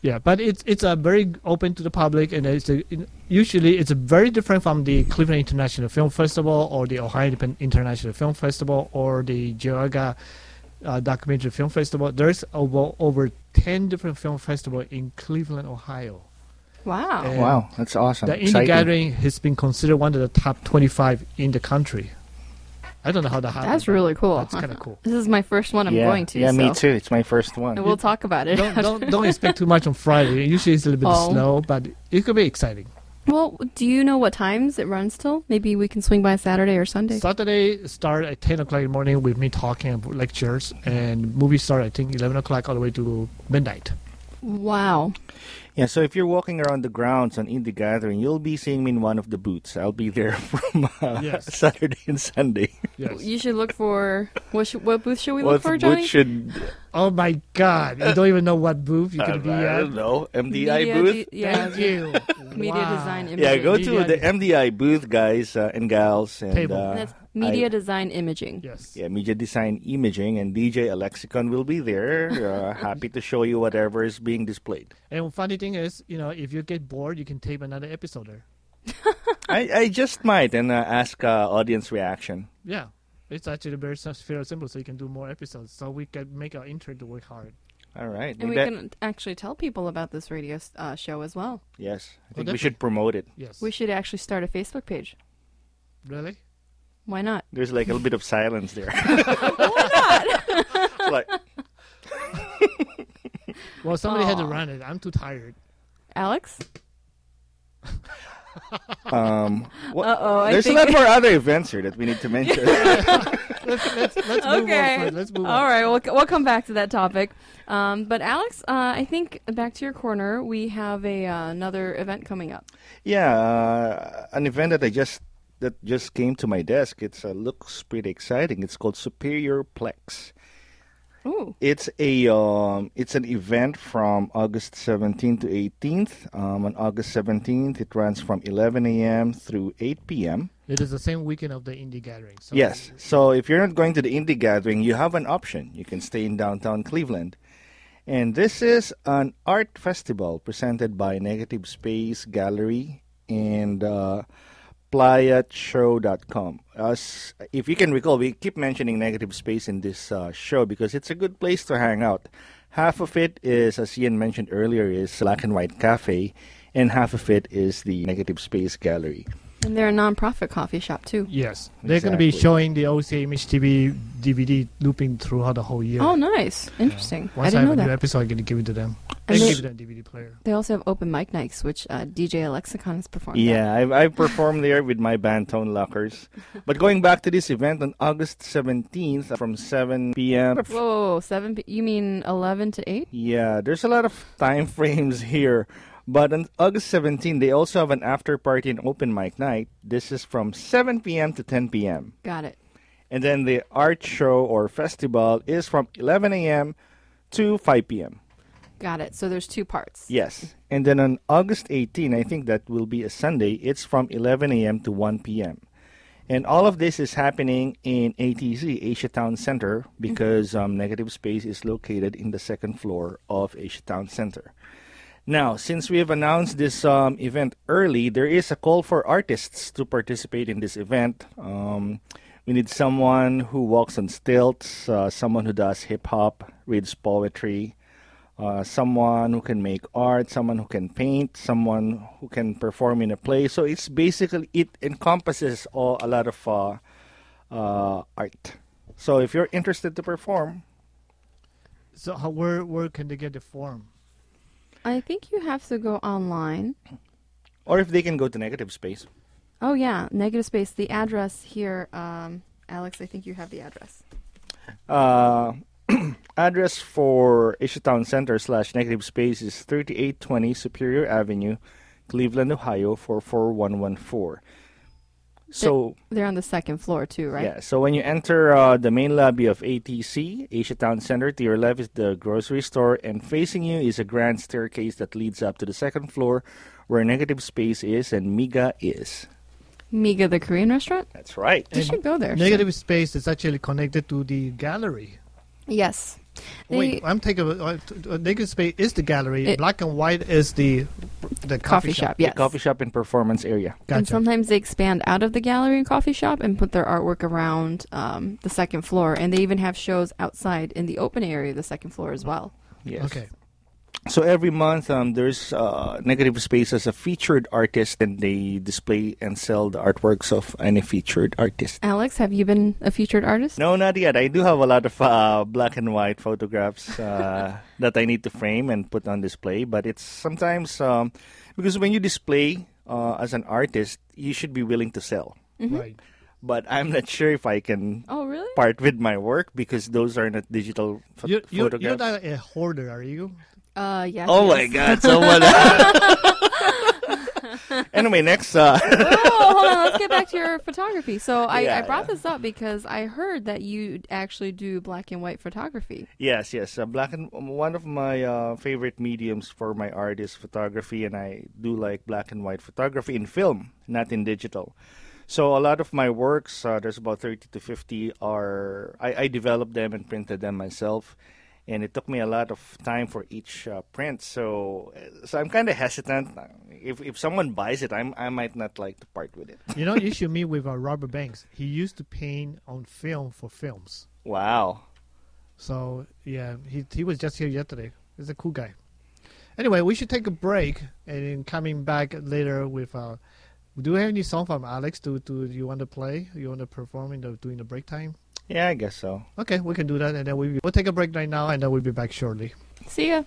B: Yeah, but it's it's a very open to the public, and it's a, in- usually it's a very different from the Cleveland International Film Festival or the Ohio Independ- International Film Festival or the Geauga uh, Documentary Film Festival. There's over over ten different film festivals in Cleveland, Ohio.
A: Wow.
B: And
C: Wow, that's awesome.
B: The Indie
C: Exciting.
B: Gathering has been considered one of the top twenty-five in the country. I don't know how that happened.
A: That's
B: but
A: really cool. (laughs)
B: That's kind of cool.
A: This is my first one I'm
C: yeah.
A: going to.
C: Yeah, me
A: so-
C: too. It's my first one.
A: And (laughs) we'll talk about it.
B: Don't, don't don't expect too much on Friday. Usually it's a little bit
A: Oh.
B: slow, but it could be exciting.
A: (laughs) well, do you know what times it runs till? Maybe we can swing by Saturday or Sunday.
B: Saturday start at 10 o'clock in the morning with me talking about lectures, and movies start, I think, 11 o'clock all the way to midnight.
A: wow.
C: Yeah, so if you're walking around the grounds on Indie Gathering, you'll be seeing me in one of the booths. I'll be there (laughs) from uh,
B: Yes.
C: Saturday and Sunday.
B: Yes.
A: You should look for what, should, what booth should we
C: What
A: look for,
C: booth
A: Johnny?
C: should
B: (laughs) oh my God. You don't even know what booth you're
C: uh,
B: going to be
C: (laughs) I
B: at.
C: don't know MDI
A: Media
C: booth?
A: de- yeah,
B: Thank you.
A: (laughs) media
B: Wow.
A: design imaging.
C: yeah, go
B: Media
C: to the MDI booth, guys uh, and gals, and
B: Table.
C: Uh,
A: And that's media
C: I-
A: design imaging.
B: Yes.
C: yeah, media design imaging, and DJ Alexicon will be there, uh,
A: (laughs)
C: happy to show you whatever is being displayed.
B: And funny thing is, you know, if you get bored, you can tape another episode there.
C: I, I just might and uh, ask uh, audience reaction.
B: Yeah. It's actually very sim- very simple, so you can do more episodes. So we can make our intern to work hard.
C: All right,
A: And we
C: that-
A: can actually tell people about this radio uh, show as well.
C: yes, I think we
B: definitely.
C: should promote it.
B: Yes.
A: We should actually start a Facebook page.
B: really?
A: Why not?
C: There's like a little bit of
A: (laughs)
C: silence there. (laughs) like,
B: Well, somebody had to
A: Aw.
B: run it. I'm too tired.
A: Alex?
C: um, what-
A: Uh-oh, I
C: there's
A: think- (laughs)
C: a lot more other events here that we need to mention.
B: Let's, let's, let's move on.
A: Okay.
B: first. Let's move on.
A: All right. We'll, c- we'll come back to that topic. Um, but, Alex, uh, I think back to your corner, we have a uh, another event coming up.
C: (laughs) Yeah, uh, an event that I just that just came to my desk. It's uh, looks pretty exciting. It's called Superior Plex.
A: Ooh.
C: It's a um, it's an event from August 17th to 18th. Um, on August 17th, it runs from 11 a.m. through 8 p.m.
B: It is the same weekend of the Indie Gathering. So
C: Yes. So if you're not going to the indie gathering, you have an option. You can stay in downtown Cleveland. And this is an art festival presented by Negative Space Gallery and uh, playatshow.com. As if you can recall, we keep mentioning Negative Space in this uh, show because it's a good place to hang out. Half of it is, as Ian mentioned earlier, is Black and White Cafe, and half of it is the Negative Space Gallery.
A: And they're a nonprofit coffee shop too.
B: Yes, they're going to be
C: Exactly.
B: showing the OC Image TV DVD looping throughout the whole year.
A: Oh, nice, interesting. I
B: Once I,
A: didn't
B: have
A: know
B: a new
A: that.
B: episode, I'm going to give it to them.
A: And
B: And
A: they-
B: give them DVD player.
A: They also have open mic nights, which uh, DJ Alexicon has performed. at.
C: Yeah, I've, I've performed there with my band Tone Lockers. But going back to this event on August 17th from 7 p.m.
A: Whoa, seven. P- you mean eleven to eight?
C: Yeah, there's a lot of time (laughs) frames here. But on August 17th, they also have an after party and open mic night. This is from 7 p.m. to 10 p.m.
A: Got it.
C: And then the art show or festival is from 11 a.m. to 5 p.m.
A: Got it. So there's two parts.
C: Yes. And then on August 18, I think that will be a Sunday, it's from 11 a.m. to 1 p.m. And all of this is happening in ATC, Asia Town Center, because um, Negative Space is located in the second floor of Asia Town Center. Now, since we have announced this um, event early, there is a call for artists to participate in this event. Um, we need someone who walks on stilts, uh, someone who does hip hop, reads poetry, uh, someone who can make art, someone who can paint, someone who can perform in a play. So it's basically it encompasses all, a lot of uh, uh, art. So if you're interested to perform,
B: So how, where where can they get the form?
A: I think you have to go online.
C: or if they can go to negative space,
A: Oh yeah, negative space. The address here, um, Alex. I think you have the address.
C: uh, (clears throat) address for Asia Town Center slash negative space is 3820 Superior Avenue, Cleveland, Ohio 44114. So.
A: They're on the second floor too, right?
C: Yeah, so when you enter uh, the main lobby of ATC, Asia Town Center, to your left is the grocery store, and facing you is a grand staircase that leads up to the second floor where Negative Space is and Miga is.
A: Miga, the Korean restaurant.
C: That's right.
A: You should go there.
B: Negative space is actually connected to the gallery.
A: Yes. They-
B: Wait, I'm taking uh, t- uh, negative space is the gallery.
A: It-
B: Black and white is the the coffee,
A: coffee shop. Yes.
C: The coffee shop and performance area.
A: And
B: Gotcha.
A: sometimes they expand out of the gallery and coffee shop and put their artwork around um, the second floor. And they even have shows outside in the open area of the second floor as well.
C: Yes.
B: okay.
C: So every month, um, there's uh, Negative Space as a featured artist, and they display and sell the artworks of any featured artist.
A: Alex, have you been a featured artist?
C: No, not yet. I do have a lot of uh, black and white photographs (laughs) uh, that I need to frame and put on display. But it's sometimes um, because when you display uh, as an artist, you should be willing to sell.
A: Mm-hmm.
B: Right.
C: But I'm not sure if I can
A: Oh, really?
C: part with my work because those are not digital ph-
B: You're, you're,
C: photographs.
B: you're not a hoarder, are you?
A: Uh, yeah.
C: Oh
A: he (laughs)
C: my
A: is.
C: God! Someone. (laughs) anyway, next. Uh,
A: oh, hold on. Let's get back to
C: (laughs)
A: your photography. So I, I
C: Yeah,
A: brought
C: yeah.
A: this up because I heard that you actually do black and white photography.
C: Yes, yes. Uh, black and one of my uh, favorite mediums for my art is photography, and I do like black and white photography in film, not in digital. So a lot of my works, uh, there's about thirty to fifty, are I, I developed them and printed them myself, and it took me a lot of time for each uh, print. So, uh, so I'm kind of hesitant. If if someone buys it, I'm I might not like to part with it.
B: You know, you should meet with uh, Robert Banks. He used to paint on film for films.
C: Wow.
B: So yeah, he he was just here yesterday. He's a cool guy. Anyway, we should take a break and then coming back later with. Uh, do you have any song from Alex? Do, do you want to play? You want to perform in the, during the break time?
C: Yeah, I guess so.
B: Okay, we can do that, and then we we'll take a break right now, and then we'll be back shortly.
A: See ya.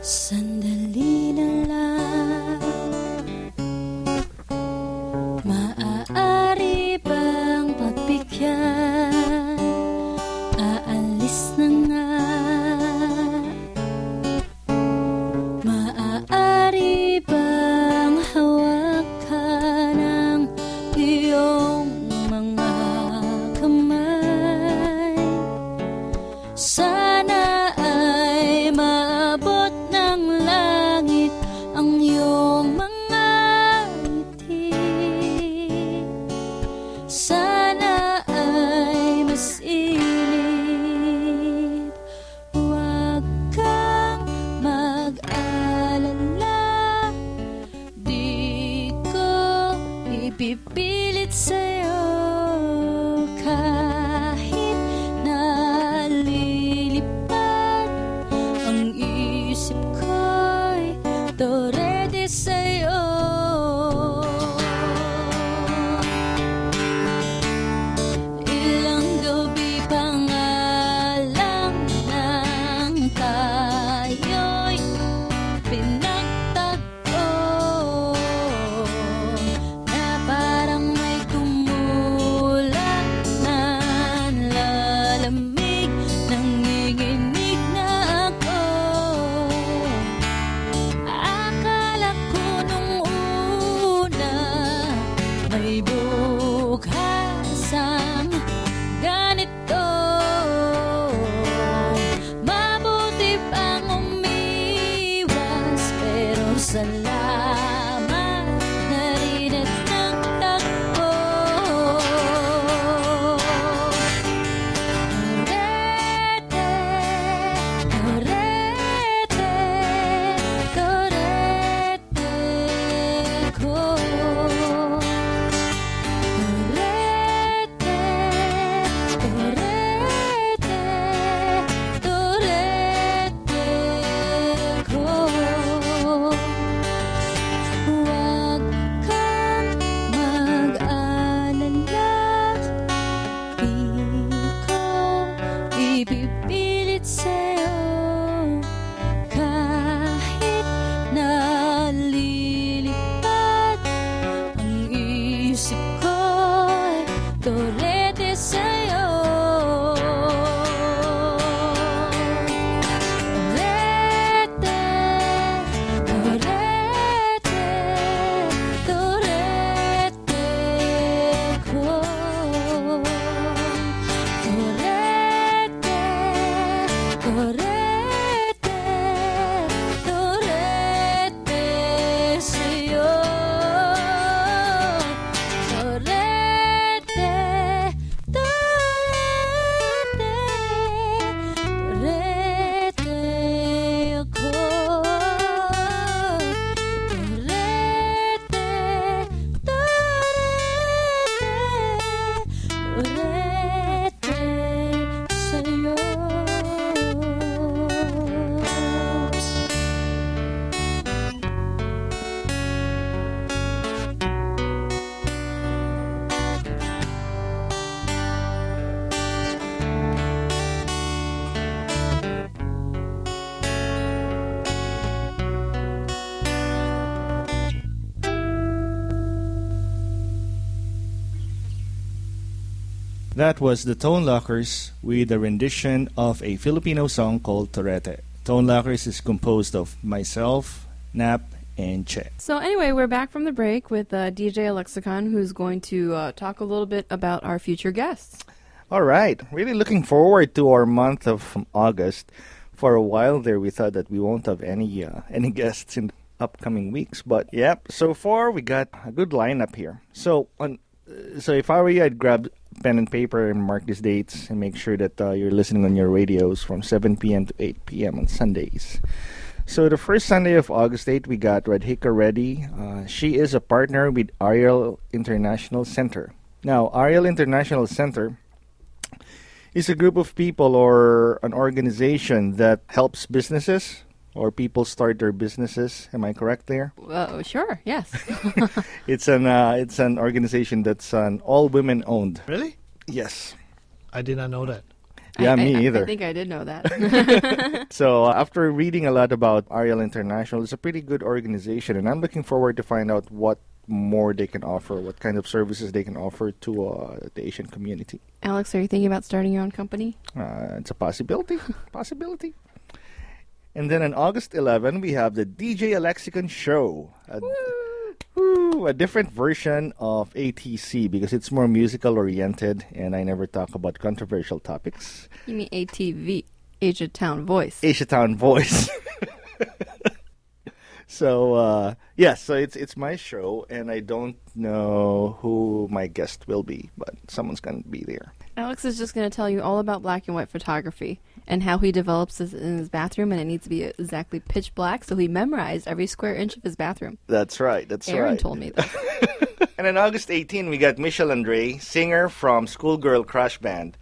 D: Sandali na lang Maaari bang pagbigyan Pipilit sa'yo kahit nalilipad Ang isip ko'y torede sa'yo Ilang gabi pa nga lang nang tayo'y pinagtagpo Na parang may tumulang na lalamig Nanginginig na ako Akala ko nung una May bukas ang ganito Mabuti pang umiwas Pero salamat na rin at nagtagpo Torete, torete, torete ko Torete, torete, torete ko Huwag kang mag-alala Di ko ipipilit sa'yo Kahit nalilipad ang isip ko'y torete sa'yo Torete, torete, torete ko Torete, torete, torete sa'yo Torete, torete, torete ako Torete, torete, torete sa'yo
C: That was the Tone Lockers with a rendition of a Filipino song called Torete. Tone Lockers is composed of myself, Nap, and Che.
A: So anyway, we're back from the break with uh, DJ Lexicon, who's going to uh, talk a little bit about our future guests.
C: All right. Really looking forward to our month of August. For a while there, we thought that we won't have any uh, any (laughs) guests in upcoming weeks, but yep. So far, we got a good lineup here. So on, uh, so if I were you, I'd grab pen and paper and mark these dates and make sure that uh, you're listening on your radios from 7 p.m. to 8 p.m. on Sundays. So the first Sunday of August 8, we got Radhika Reddy. Uh, she is a partner with Ariel International Center. Now, Ariel International Center is a group of people or an organization that helps businesses or people start their businesses. Am I correct there?
A: Uh, sure, yes.
C: It's an uh, it's an organization that's an all women owned.
B: Really?
C: Yes.
B: I did not know that.
C: (laughs) Yeah,
A: I-
C: me
A: I-
C: either.
A: I think I did know that.
C: (laughs)
A: (laughs)
C: So uh, after reading a lot about Ariel International, it's a pretty good organization, and I'm looking forward to find out what more they can offer, what kind of services they can offer to uh, the Asian community.
A: Alex, are you thinking about starting your own company?
C: Uh, it's a possibility, (laughs) possibility. And then on August 11, we have the DJ Alexicon Show. A, Woo! a different version of ATC because it's more musical oriented, and I never talk about controversial topics.
A: You mean ATV, Asia Town Voice?
C: Asia Town voice. (laughs) so uh, yeah, so it's it's my show, and I don't know who my guest will be, but someone's gonna be there.
A: Alex is just going to tell you all about black and white photography and how he develops this in his bathroom, and it needs to be exactly pitch black, so he memorized every square inch of his bathroom.
C: That's right. That's
A: Aaron
C: right.
A: told me that.
C: And on August 18, we got Michelle Andre, singer from Schoolgirl Crush Band.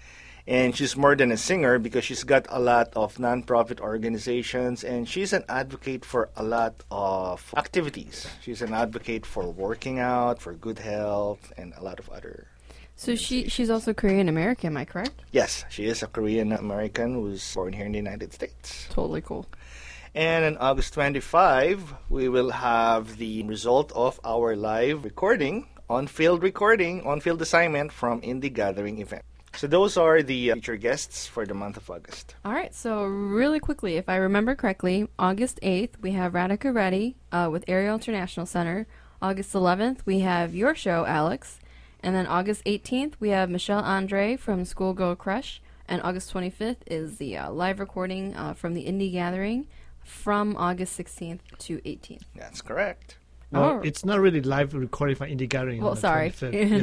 C: And she's more than a singer because she's got a lot of nonprofit organizations and she's an advocate for a lot of activities. She's an advocate for working out, for good health, and a lot of other.
A: So she she's also Korean American, am I correct?
C: Yes, she is a Korean American who's born here in the United States.
A: Totally cool.
C: And on August 25, we will have the result of our live recording, on field recording, on field assignment from Indie Gathering event. So those are the uh, featured guests for the month of August.
A: All right, so really quickly, if I remember correctly, August 8th, we have Radhika Reddy uh, with Aerial International Center. August 11th, we have your show, Alex. And then August 18th, we have Michelle Andre from Schoolgirl Crush. And August 25th is the uh, live recording uh, from the Indie Gathering from August 16th to 18th.
C: That's correct.
B: Well,
A: Oh.
B: it's not really live recording for Indie Gathering.
A: Well,
B: on the
A: sorry.
B: 25th.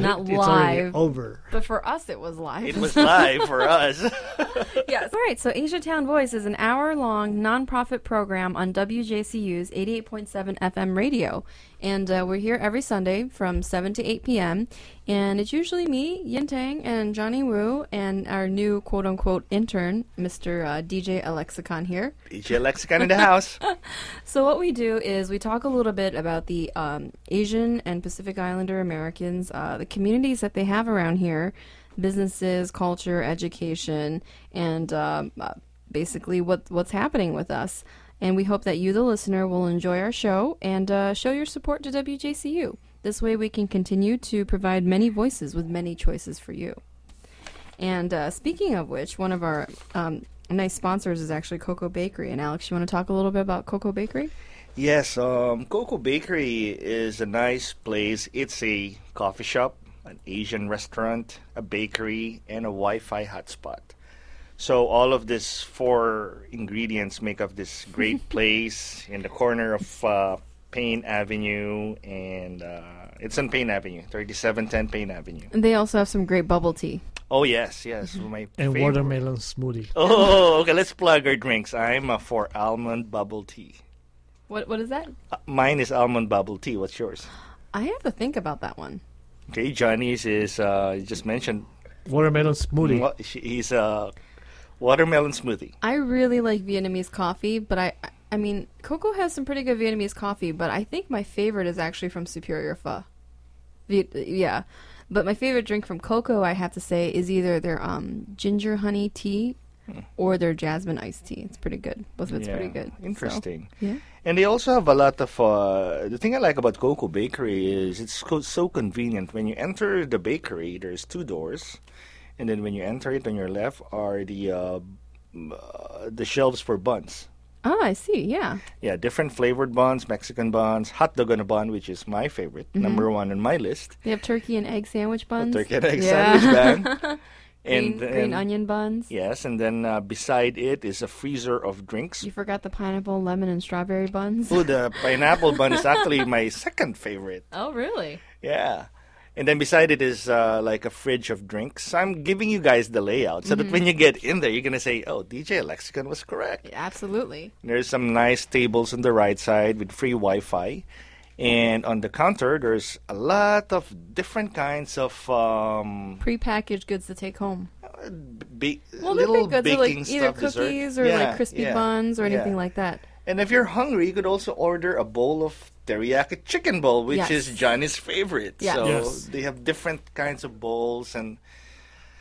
A: (laughs) Not
B: It's already
A: live.
B: over.
A: But for us, it was live.
C: It was live for us. (laughs)
A: yes. All right. So Asia Town Voice is an hour-long nonprofit program on WJCU's 88.7 FM radio, and uh, we're here every Sunday from 7 to 8 p.m. And it's usually me, Yin Tang, and Johnny Wu, and our new quote-unquote intern, Mr. Uh, DJ Alexicon here.
C: DJ Lexicon in the house.
A: So what we do is we talk a little bit about the um, Asian and Pacific Islander Americans, uh, the communities that they have around here, businesses, culture, education, and um, uh, basically what what's happening with us. And we hope that you, the listener, will enjoy our show and uh, show your support to WJCU. This way, we can continue to provide many voices with many choices for you. And uh, speaking of which, one of our um, nice sponsors is actually Coco Bakery. And Alex, you want to talk a little bit about Coco Bakery?
C: Yes, um, Coco Bakery is a nice place. It's a coffee shop, an Asian restaurant, a bakery, and a Wi Fi hotspot. So, all of these four ingredients make up this
B: (laughs)
C: great place in the corner of uh, Payne Avenue, and uh, it's on Payne Avenue, 3710 Payne Avenue.
A: And they also have some great bubble tea.
C: Oh,
B: (laughs)
C: yes, yes. My
B: And
C: favorite.
B: watermelon smoothie.
C: Oh, okay, let's plug our drinks. I'm uh, for almond bubble tea.
A: What What is that?
C: Uh, mine is almond bubble tea. What's yours?
A: I have to think about that one.
C: Okay, Johnny's is uh, you just mentioned
B: Watermelon smoothie.
C: wa- she- he's a watermelon smoothie.
A: I really like Vietnamese coffee, but I I mean Coco has some pretty good Vietnamese coffee, but I think my favorite is actually from Superior Pho. Viet, yeah. But my favorite drink from Coco, I have to say, is either their um, ginger honey tea or their jasmine iced tea. It's pretty good. Both of it's pretty
C: Yeah,
A: good. So,
C: Interesting.
A: yeah.
C: And they also have a lot of uh, the thing I like about Coco Bakery is it's co- so convenient. When you enter the bakery, there's two doors, and then when you enter it on your left are the uh, m- uh, the shelves for buns.
A: Oh, I see. Yeah.
C: Yeah, different flavored buns, Mexican buns, hot dog on a bun, which is my favorite, number one on my list.
A: They have turkey and egg sandwich Mm-hmm. buns.
C: Turkey and egg
A: Yeah.
C: sandwich bun.
A: (laughs) green, green
C: then-
A: onion buns.
C: Yes, and then uh, beside it is a freezer of drinks.
A: You forgot the pineapple, lemon, and strawberry buns.
C: Oh, the pineapple bun is actually my second favorite.
A: Oh, really?
C: Yeah. And then beside it is uh, like a fridge of drinks. I'm giving you guys the layout so
A: Mm-hmm.
C: that when you get in there, you're going to say, oh, DJ Lexicon was correct.
A: Absolutely.
C: There's some nice tables on the right side with free Wi Fi. And on the counter, there's a lot of different kinds of um,
A: Prepackaged goods to take home.
C: ba-
A: Well, they're
C: little
A: big goods, are
C: baking
A: like either
C: stuff, dessert.
A: cookies or
C: Yeah,
A: like crispy
C: yeah,
A: buns or
C: yeah.
A: anything like that.
C: And if you're hungry, you could also order a bowl of teriyaki chicken bowl, which
A: Yes.
C: is Johnny's favorite.
A: Yeah.
C: So
B: Yes.
C: they have different kinds of bowls and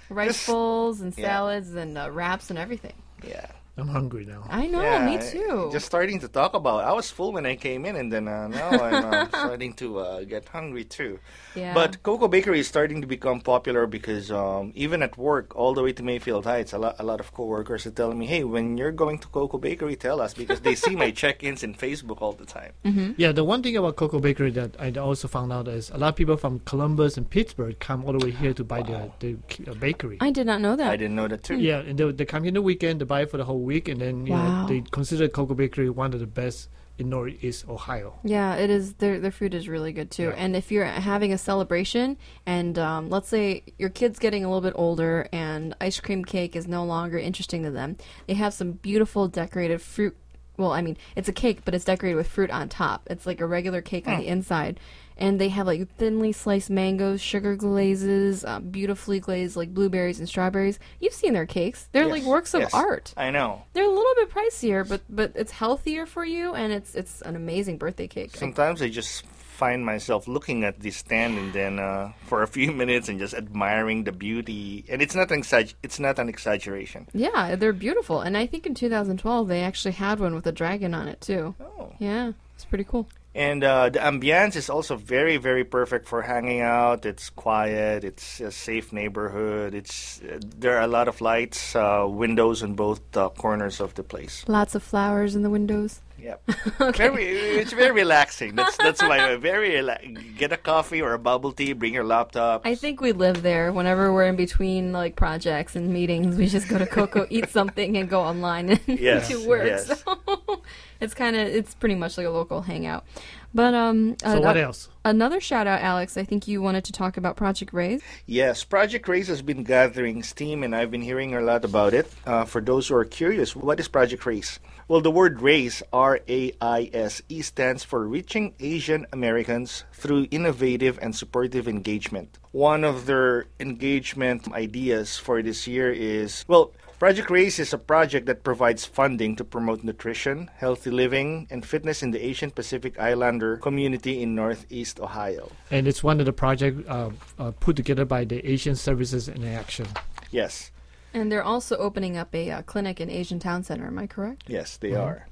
A: Rice
C: Just-
A: bowls and
C: yeah.
A: salads and uh, wraps and everything.
C: yeah.
B: I'm hungry now.
A: I know.
C: yeah,
A: Oh, me too.
C: Just starting to talk about. I was full when I came in, and then uh, now
A: (laughs)
C: I'm uh, starting to uh, get hungry too.
A: Yeah.
C: But Coco Bakery is starting to become popular because um, even at work, all the way to Mayfield Heights, a lot, a lot of coworkers are telling me, "Hey, when you're going to Coco Bakery, tell us," because they
A: (laughs)
C: see my check-ins in Facebook all the time.
A: Mm-hmm.
B: Yeah, the one thing about Coco Bakery that I also found out is a lot of people from Columbus and Pittsburgh come all the way here to buy the, the uh, bakery.
A: I did not know that.
C: I didn't know that too.
B: yeah, and they, they come here in the weekend, they buy it for the whole week, and then you
A: Wow.
B: know, they consider Coco Bakery one of the best in Northeast Ohio.
A: Yeah, it is. Their their food is really good too.
B: Yeah.
A: And if you're having a celebration, and um, let's say your kid's getting a little bit older, and ice cream cake is no longer interesting to them, they have some beautiful decorated
C: Hmm.
A: fruit. Well, I mean, it's a cake, but it's decorated with fruit on top. It's like a regular cake on the inside, and they have like thinly sliced mangoes, sugar glazes, uh, beautifully glazed like blueberries and strawberries. You've seen their cakes; they're like
C: Yes,
A: works of
C: yes.
A: art.
C: I know.
A: They're a little bit pricier, but but it's healthier for you, and it's it's an amazing birthday cake. I-
C: Sometimes I just find myself looking at the stand and then uh, for a few (laughs) minutes and just admiring the beauty. And it's not an exag- it's not an exaggeration.
A: yeah, they're beautiful, and I think in 2012 they actually had one with a dragon on it too.
C: Oh.
A: Yeah, it's pretty cool.
C: And uh, the ambiance is also very, very perfect for hanging out. It's quiet. It's a safe neighborhood. It's uh, there are a lot of lights, uh, windows on both uh, corners of the place.
A: Lots of flowers in the windows.
C: Yep. (laughs)
A: Okay.
C: Very, it's very relaxing. That's that's why very rela- get a coffee or a bubble tea. Bring your laptop.
A: I think we live there. Whenever we're in between like projects and meetings, we just go to Coco, (laughs) eat something, and go online and (laughs)
C: Yes,
A: do work.
C: yes.
A: So (laughs) it's kind of it's pretty much like a local hangout. But um,
B: So what
A: ano-
B: else?
A: Another shout out, Alex. I think you wanted to talk about Project Raise.
C: Yes, Project Raise has been gathering steam, and I've been hearing a lot about it. Uh, for those who are curious, what is Project Raise? Well, the word RAISE, R A I S E, stands for Reaching Asian Americans Through Innovative and Supportive Engagement. One of their engagement ideas for this year is well, Project RAISE is a project that provides funding to promote nutrition, healthy living, and fitness in the Asian Pacific Islander community in Northeast Ohio.
B: And it's one of the project uh, uh, put together by the Asian Services in Action.
C: Yes.
A: And they're also opening up a uh, clinic in Asian Town Center. Am I correct?
C: Yes, they are.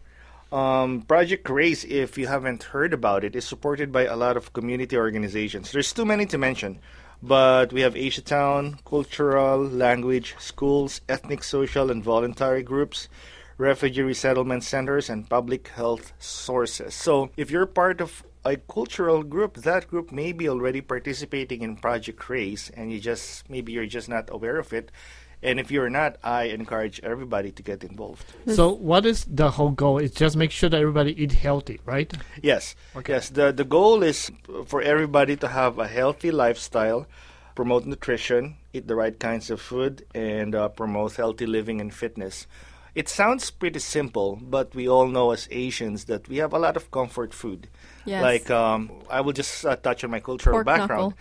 C: Um, Project Raise, if you haven't heard about it, is supported by a lot of community organizations. There's too many to mention, but we have Asia Town, cultural, language, schools, ethnic, social, and voluntary groups, refugee resettlement centers, and public health sources. So if you're part of a cultural group, that group may be already participating in Project Raise, and you just maybe you're just not aware of it. And if you're not, I encourage everybody to get involved.
B: So what is the whole goal? It's just make sure that everybody eat healthy, right?
C: Yes. Yes. The the goal is for everybody to have a healthy lifestyle, promote nutrition, eat the right kinds of food, and uh, promote healthy living and fitness. It sounds pretty simple, but we all know as Asians that we have a lot of comfort food.
A: Yes.
C: Like um, I will just uh, touch on my cultural
A: Pork
C: background.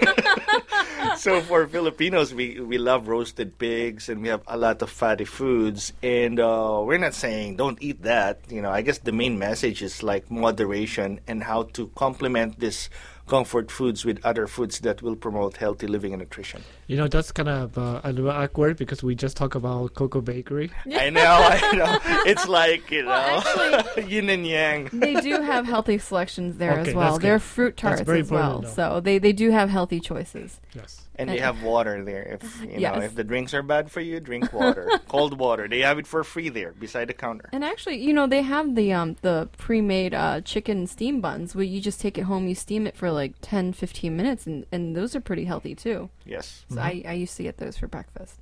A: (laughs)
C: so for Filipinos, we, we love roasted pigs and we have a lot of fatty foods. And uh, we're not saying don't eat that. You know, I guess the main message is like moderation and how to complement this comfort foods with other foods that will promote healthy living and
A: (laughs)
C: nutrition.
B: You know, that's kind of uh, a little awkward because we just talk about Cocoa
A: (laughs)
B: Bakery.
C: I know, I know. It's like, you know,
A: Well,
C: (laughs) yin and yang.
A: They do have healthy selections there
B: Okay,
A: as well.
B: that's
A: They're
B: good.
A: fruit
B: That's
A: tarts
B: very
A: as well,
B: important,
A: so they they do have healthy choices.
B: Yes.
C: And they have water there. If you know,
A: Yes.
C: if the drinks are bad for you, drink
A: (laughs)
C: water. Cold water. They have it for free there beside the counter.
A: And actually, you know, they have the um the pre-made uh, chicken steam buns where you just take it home, you steam it for like 10, 15 minutes, and, and those are pretty healthy too.
C: Yes.
A: So
B: Mm-hmm.
A: I, I used to get those for breakfast.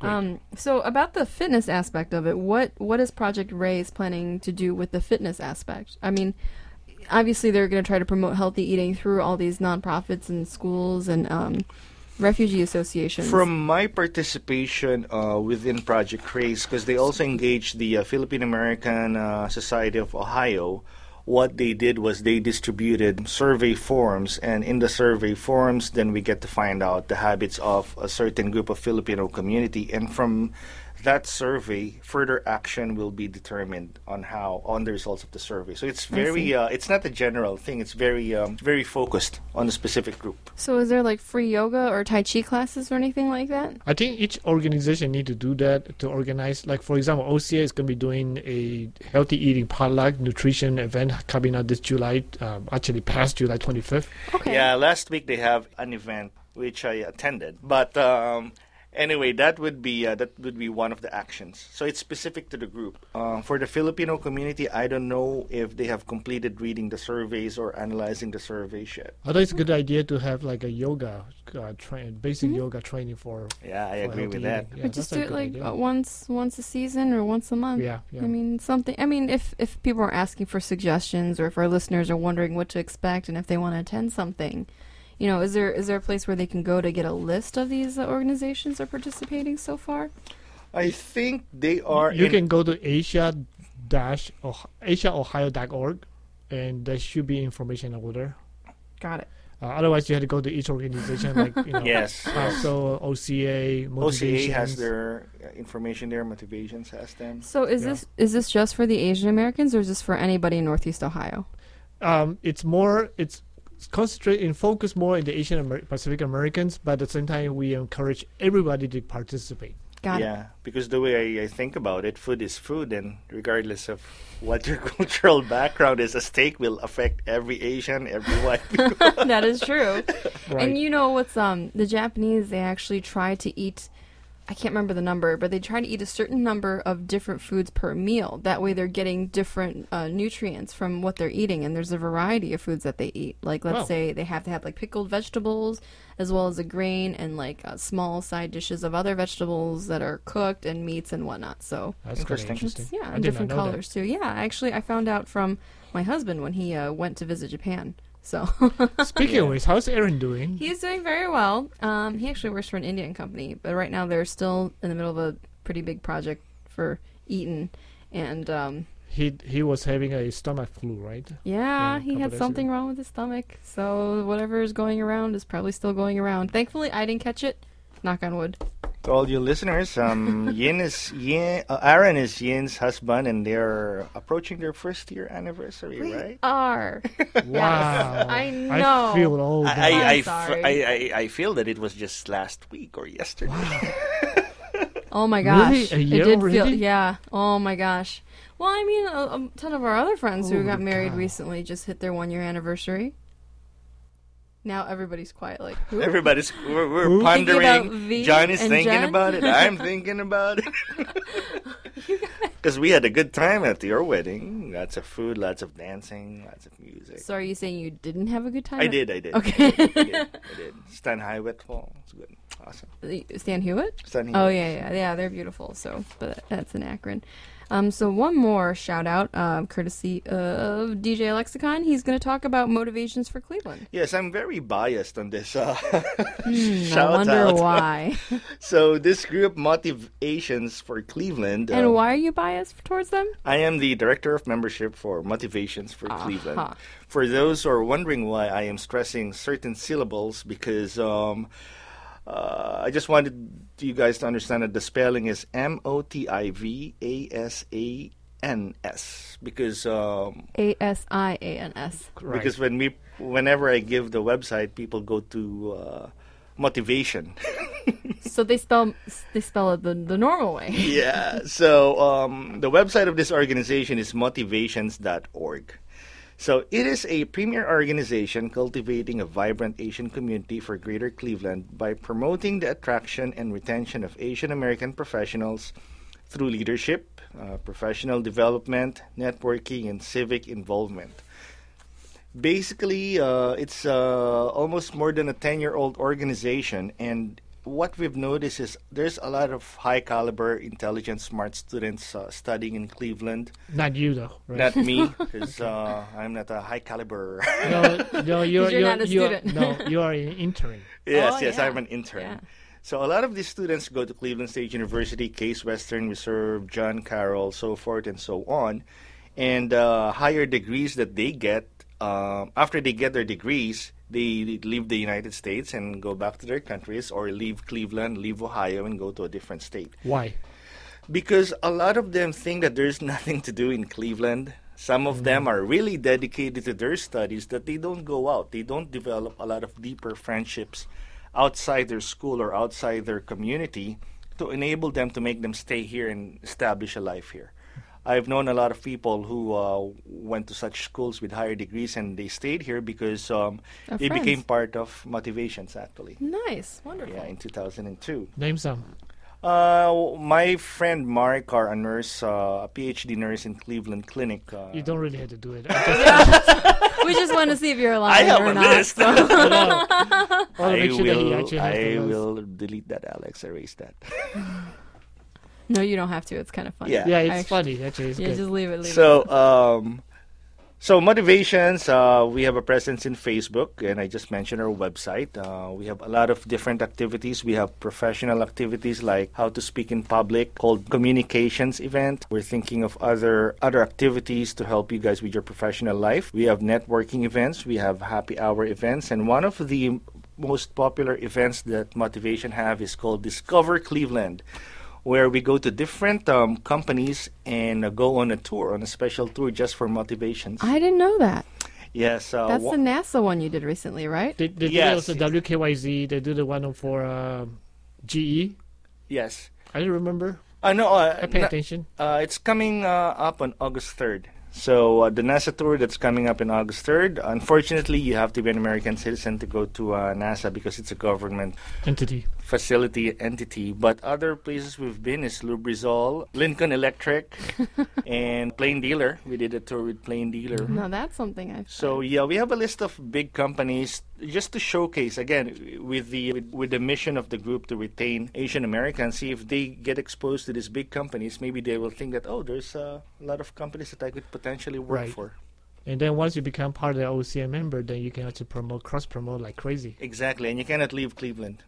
A: Um, so about the fitness aspect of it, what what is Project Raise planning to do with the fitness aspect? I mean, obviously they're going to try to promote healthy eating through all these nonprofits and schools and um, refugee associations.
C: From my participation uh, within Project Race, because they also engaged the uh, Philippine American uh, Society of Ohio, what they did was they distributed survey forms, and in the survey forms, then we get to find out the habits of a certain group of Filipino community, and from that survey, further action will be determined on how on the results of the survey. So it's very, uh, it's not a general thing. It's very, um, very focused on a specific group.
A: so is there like free yoga or tai chi classes or anything like that?
B: I think each organization need to do that to organize. Like for example, OCA is going to be doing a healthy eating potluck nutrition event coming out this July, um, actually past July 25th.
A: Okay.
C: Yeah, last week they have an event which I attended, but um, anyway, that would be uh, that would be one of the actions. So it's specific to the group. Uh, for the Filipino community, I don't know if they have completed reading the surveys or analyzing the surveys yet.
B: I thought it's a good
A: Mm-hmm.
B: idea to have like a yoga uh, train, basic yoga training for.
C: Yeah, I
B: for
C: agree
B: healthy
C: with that.
B: eating. Yeah,
A: But just
B: that's
A: do
B: a
A: it
B: good
A: like
B: idea.
A: uh, once once a season or once a month.
B: Yeah, yeah.
A: I mean something. I mean if if people are asking for suggestions or if our listeners are wondering what to expect and if they want to attend something, you know, is there is there a place where they can go to get a list of these uh, organizations that are participating so far?
C: I think they are.
B: you
C: in-
B: can go to asia dash asiaohio.org and there should be information over there.
A: Got it.
B: Uh, otherwise, you had to go to each organization, like you know,
C: (laughs) Yes.
B: so OCA,
C: OCA has
B: motivations.
C: their uh, information there. Motivations has them.
A: So is
B: Yeah.
A: this is this just for the Asian Americans, or is this for anybody in Northeast Ohio?
B: um, it's more it's concentrate and focus more in the Asian Amer- Pacific Americans, but at the same time we encourage everybody to participate.
A: Got it.
C: yeah, because the way I, I think about it, food is food, and regardless of what your (laughs) cultural background is, a steak will affect every Asian, every white. people.
A: (laughs) that is true.
B: Right.
A: And you know what's um the Japanese? They actually try to eat. I can't remember the number, but they try to eat a certain number of different foods per meal. That way, they're getting different uh, nutrients from what they're eating, and there's a variety of foods that they eat. Like, let's
B: Wow.
A: say they have to have like pickled vegetables, as well as a grain and like uh, small side dishes of other vegetables that are cooked and meats and whatnot. So
B: That's kinda
C: Interesting.
A: Just-
B: interesting.
A: Yeah,
B: I
A: and
B: did not
A: different
B: know that.
A: colors too. Yeah, actually, I found out from my husband when he uh, went to visit Japan. So (laughs)
B: (laughs) Speaking of
C: Yeah.
B: which, how's Aaron doing?
A: he's doing very well. Um, he actually works for an Indian company, but right now they're still in the middle of a pretty big project for Eaton. And um,
B: He he was having a stomach
A: (laughs)
B: flu, right?
A: yeah,
B: Yeah,
A: he
B: couple
A: had
B: days
A: something
B: ago.
A: wrong with his stomach. So whatever is going around is probably still going around. Thankfully, I didn't catch it. Knock on wood.
C: To all you listeners, um, Yin is Yin, uh, Aaron is Yin's husband, and they're approaching their first year anniversary, right?
A: R.
B: Wow,
A: I
B: I
A: know.
B: feel old.
C: I, I, I,
A: I'm
C: f-
A: sorry.
C: I, I, I feel that it was just last week or yesterday.
A: Oh my
B: Really?
A: gosh!
B: A year
A: it did feel
B: already?
A: yeah. Oh my gosh. Well, I mean, a, a ton of our other friends
B: Oh
A: who got
B: my
A: married
B: God.
A: recently just hit their one year anniversary. Now everybody's quiet. Like who?
C: (laughs) Everybody's we're,
B: Ooh.
C: we're
A: Thinking about
C: pondering.
A: V
C: John is
A: and
C: thinking
A: Jen?
C: about
A: (laughs)
C: it. I'm thinking about it. (laughs) Because we had a good time at your wedding. Lots of food, lots of dancing, lots of music.
A: so are you saying you didn't have a good time?
C: I did, I did.
A: Okay.
C: I did. I did. Stan Highwet Hall. It's good. Awesome.
A: Stan Hewitt.
C: Stan Highwet.
A: Oh yeah, yeah, yeah. They're beautiful. So, but that's an Akron. Um, so one more shout out, um, courtesy of DJ Lexicon. He's going to talk about motivations for Cleveland.
C: Yes, I'm very biased on this uh, (laughs)
A: Hmm, I
C: shout
A: wonder
C: out.
A: why.
C: (laughs) So this group Motivations for
A: (laughs)
C: Cleveland.
A: and
C: um,
A: why are you biased towards them?
C: I am the director of membership for Motivations for Cleveland.
A: Aha.
C: For those who are wondering why I am stressing certain syllables, because um, uh, I just wanted you guys to understand that the spelling is M O T I V A S A N S. Because um,
A: A S I A N S.
B: Right.
C: because when we whenever I give the website, people go to uh, motivation. (laughs)
A: So they spell they spell it the, the normal way.
C: yeah. So um, the website of this organization is motivations.org. So it is a premier organization cultivating a vibrant Asian community for Greater Cleveland by promoting the attraction and retention of Asian American professionals through leadership, uh, professional development, networking, and civic involvement. Basically, uh, it's uh, almost more than a 10 year old organization, and what we've noticed is there's a lot of high caliber, intelligent, smart students uh, studying in Cleveland.
B: Not you though. Right?
C: Not me, because uh, I'm not a high (laughs) caliber.
B: no,
A: (laughs)
B: no, you're,
A: you're
B: you're
A: not a
B: you're-
A: student. (laughs)
B: no, you are an intern.
C: yes,
A: Oh,
C: yes,
A: yeah.
C: I'm an intern.
A: Yeah.
C: So a lot of these students go to Cleveland State University, Case Western Reserve, John Carroll, so forth and so on, and uh, higher degrees that they get um, after they get their degrees, they leave the United States and go back to their countries, or leave Cleveland, leave Ohio, and go to a different state
B: Why?
C: because a lot of them think that there's (laughs) nothing to do in Cleveland. Some of them are really dedicated to their studies that they don't go out. They don't develop a lot of deeper friendships outside their school or outside their community to enable them to make them stay here and establish a life here. I've known a lot of people who uh, went to such schools with higher degrees and they stayed here because um,
A: They're
C: they
A: friends.
C: became part of motivations actually.
A: Nice, wonderful.
C: Yeah, in 2002.
B: Name some.
C: Uh, my friend Mark, are a nurse, uh, a PhD nurse in Cleveland Clinic. Uh,
B: You don't really have to do it. I just
A: We just want to see if you're
C: (laughs) I
A: alive
C: have
A: or
C: a
A: not.
B: (laughs)
C: list. (laughs)
A: (laughs)
C: I
B: no. Wanna make sure that he
C: will.
B: actually has
C: I
B: the list.
C: will delete that, Alex. Erase that.
A: No, you don't have to. It's kind of funny.
C: Yeah.
B: Yeah, it's
A: Actually-
B: funny. Actually, it's
A: Yeah,
B: good.
A: just leave it. Leave it.
C: so, um, So motivations, uh, we have a presence in Facebook, and I just mentioned our website. Uh, we have a lot of different activities. We have professional activities like how to speak in public, called communications event. We're thinking of other other activities to help you guys with your professional life. We have networking events. We have happy hour events, and one of the most popular events that motivation have is called Discover Cleveland where we go to different um, companies and uh, go on a tour, on a special tour just for motivations.
A: I didn't know that.
C: yes, uh,
A: That's
C: wha-
A: the NASA one you did recently, right?
B: They, they
C: Yes.
B: do the also WKYZ. They do the one for uh, GE.
C: yes.
B: I don't remember.
C: Uh, no, uh,
B: I pay
C: na-
B: attention.
C: uh, it's coming uh, up on August 3rd. So uh, the NASA tour that's coming up in August 3rd. Unfortunately, you have to be an American citizen to go to uh, NASA because it's a government
B: Entity.
C: facility entity. But other places we've been is Lubrizol, Lincoln Electric, and Plain Dealer. We did a tour with Plain Dealer.
A: No, that's something I've.
C: So yeah, we have a list of big companies just to showcase again with the with, with the mission of the group to retain Asian Americans. See if they get exposed to these big companies, maybe they will think that oh, there's a lot of companies that I could potentially work
B: Right.
C: for.
B: And then once you become part of the OCM member, then you can actually promote, cross promote like crazy.
C: Exactly, and you cannot leave Cleveland.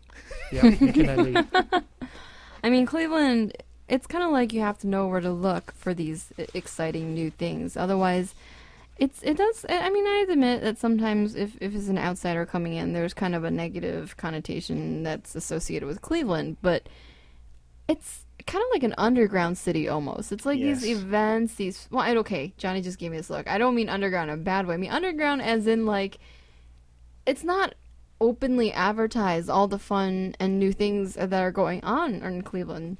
B: Yeah,
A: (laughs)
B: you cannot leave.
A: I mean, Cleveland, it's kind of like you have to know where to look for these e- exciting new things. Otherwise, it's it does. I I mean, I admit that sometimes if, if it's an outsider coming in, there's kind of a negative connotation that's associated with Cleveland, but it's kind of like an underground city almost. It's like these
C: Yes.
A: events, these. Well, I- okay, Johnny just gave me this look. I don't mean underground in a bad way. I mean underground as in like it's not openly advertised all the fun and new things that are going on in Cleveland.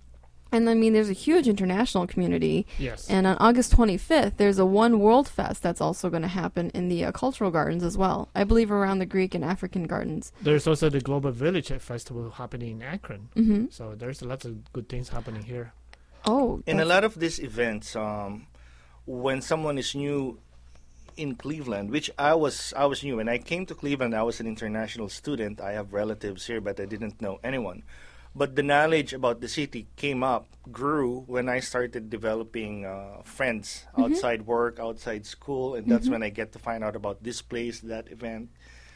A: And I mean, there's a huge international community.
B: Yes.
A: And on August 25th, there's a One World Fest that's also going to happen in the uh, cultural gardens as well. I believe around the Greek and African gardens.
B: There's also the Global Village Festival happening in Akron. Mm-hmm. So there's lots of good things happening here.
A: Oh,
C: In a
A: that's-
C: lot of these events, um, when someone is new in Cleveland, which I was, I was new. When I came to Cleveland, I was an international student. I have relatives here, but I didn't know anyone. But the knowledge about the city came up, grew when I started developing uh, friends
A: Mm-hmm.
C: outside work, outside school, and that's when I get to find out about this place, that event.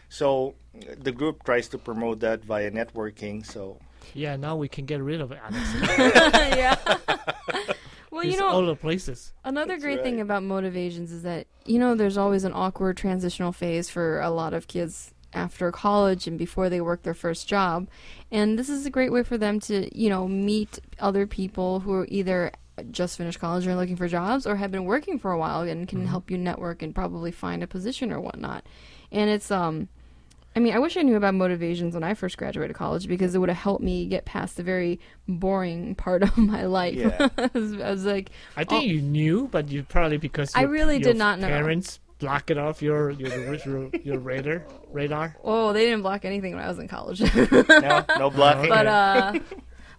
C: So uh, the group tries to promote that via networking.
A: (laughs)
C: So
B: Yeah, now we can get rid of Alex.
A: yeah. well,
B: it's
A: you know,
B: all the places.
A: Another
C: That's
A: great thing
C: right.
A: about motivations is that you know there's always an awkward transitional phase for a lot of kids after college and before they work their first job. And this is a great way for them to, you know, meet other people who are either just finished college and are looking for jobs or have been working for a while and can help you network and probably find a position or whatnot. And it's um I mean, I wish I knew about motivations when I first graduated college because it would have helped me get past the very boring part (laughs) of my life.
C: Yeah.
A: (laughs) I was- I was like,
B: I think you knew, but you probably because
A: Oh. I
B: your-
A: really
B: your
A: did not know.
B: Parents block it off your your your, your radar radar.
A: Oh, they didn't block anything when I was in
C: (laughs)
A: college. (laughs)
C: no, no blocking.
A: but uh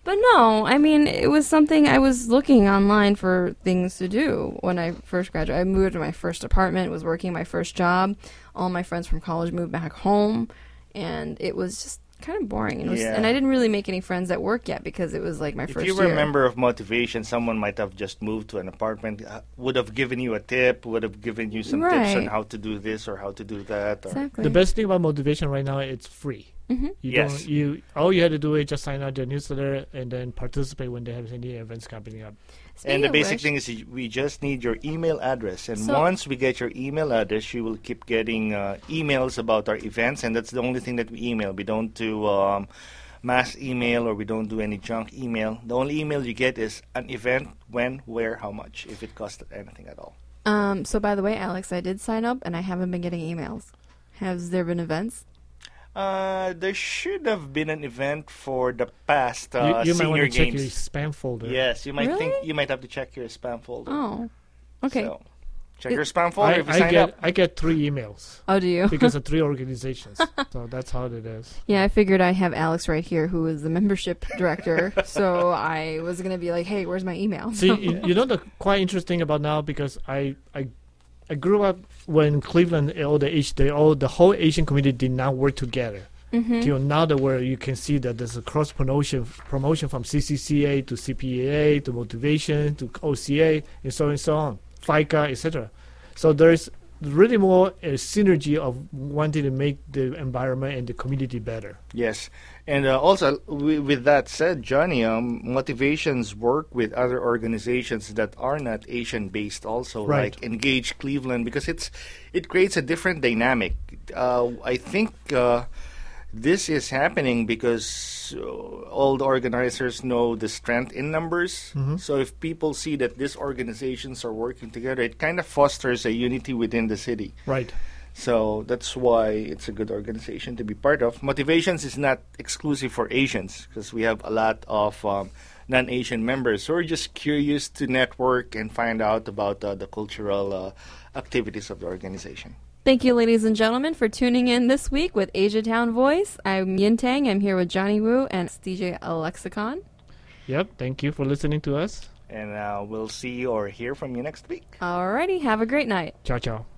A: but no, I mean it was something I was looking online for things to do when I first graduated. I moved to my first apartment, was working my first job. All my friends from college moved back home and it was just kind of boring and, it was,
C: Yeah.
A: and I didn't really make any friends at work yet because it was like my
C: If
A: first
C: you were
A: year.
C: a member of motivation, someone might have just moved to an apartment, uh, would have given you a tip, would have given you some tips on
A: Right.
C: how to do this or how to do that. Or,
A: exactly.
B: The best thing about motivation right now it's free. Mm-hmm. You
C: Yes.
B: don't you all you had to do is just sign up their newsletter and then participate when they have any events coming up.
A: Speaking
C: And the
A: of
C: basic
A: which-
C: thing is you- we just need your email address. And
A: So-
C: once we get your email address, you will keep getting uh, emails about our events. And that's the only thing that we email. We don't do um, mass email or we don't do any junk email. The only email you get is an event, when, where, how much, if it costs anything at all.
A: um so by the way, Alex, I did sign up and I haven't been getting emails. Has there been events?
C: Uh, there should have been an event for the past uh,
B: you you might
C: senior
B: want to check
C: games.
B: your spam folder.
C: Yes, you might think
A: Really?
C: you might have to check your spam folder.
A: Oh. Okay.
C: So, check your spam folder
B: I,
C: if you
B: I
C: sign
B: get
C: up.
B: I get three emails
A: Oh, do you?
B: because of three
A: (laughs)
B: organizations. so that's how it is.
A: Yeah, I figured I have Alex right here, who is the membership director. so I was gonna be like, "Hey, where's my email?" (laughs)
B: See, you, you know the quite interesting about now because I, I I grew up when Cleveland all the Asi- they all the whole Asian community did not work together. Till now, that where you can see that there's a cross promotion promotion from CCCA to CPAA to motivation to OCA and so on and so on, FICA etc. So there's really more a synergy of wanting to make the environment and the community better.
C: Yes, and uh, also w- with that said, Johnny, um, motivations work with other organizations that are not Asian based, also
B: Right.
C: like Engage Cleveland, because it's it creates a different dynamic. Uh, I think. Uh, this is happening because uh, all the organizers know the strength in numbers. So if people see that these organizations are working together, it kind of fosters a unity within the city.
B: Right.
C: So that's why it's a good organization to be part of. Motivations is not exclusive for Asians because we have a lot of um, non Asian members who are just curious to network and find out about uh, the cultural uh, activities of the organization.
A: Thank you, ladies and gentlemen, for tuning in this week with Asia Town Voice. I'm Yin Tang. I'm here with Johnny Wu and DJ Alexicon.
B: Yep. Thank you for listening to us.
C: And uh, we'll see or hear from you next week.
A: Alrighty, have a great night.
B: Ciao, ciao.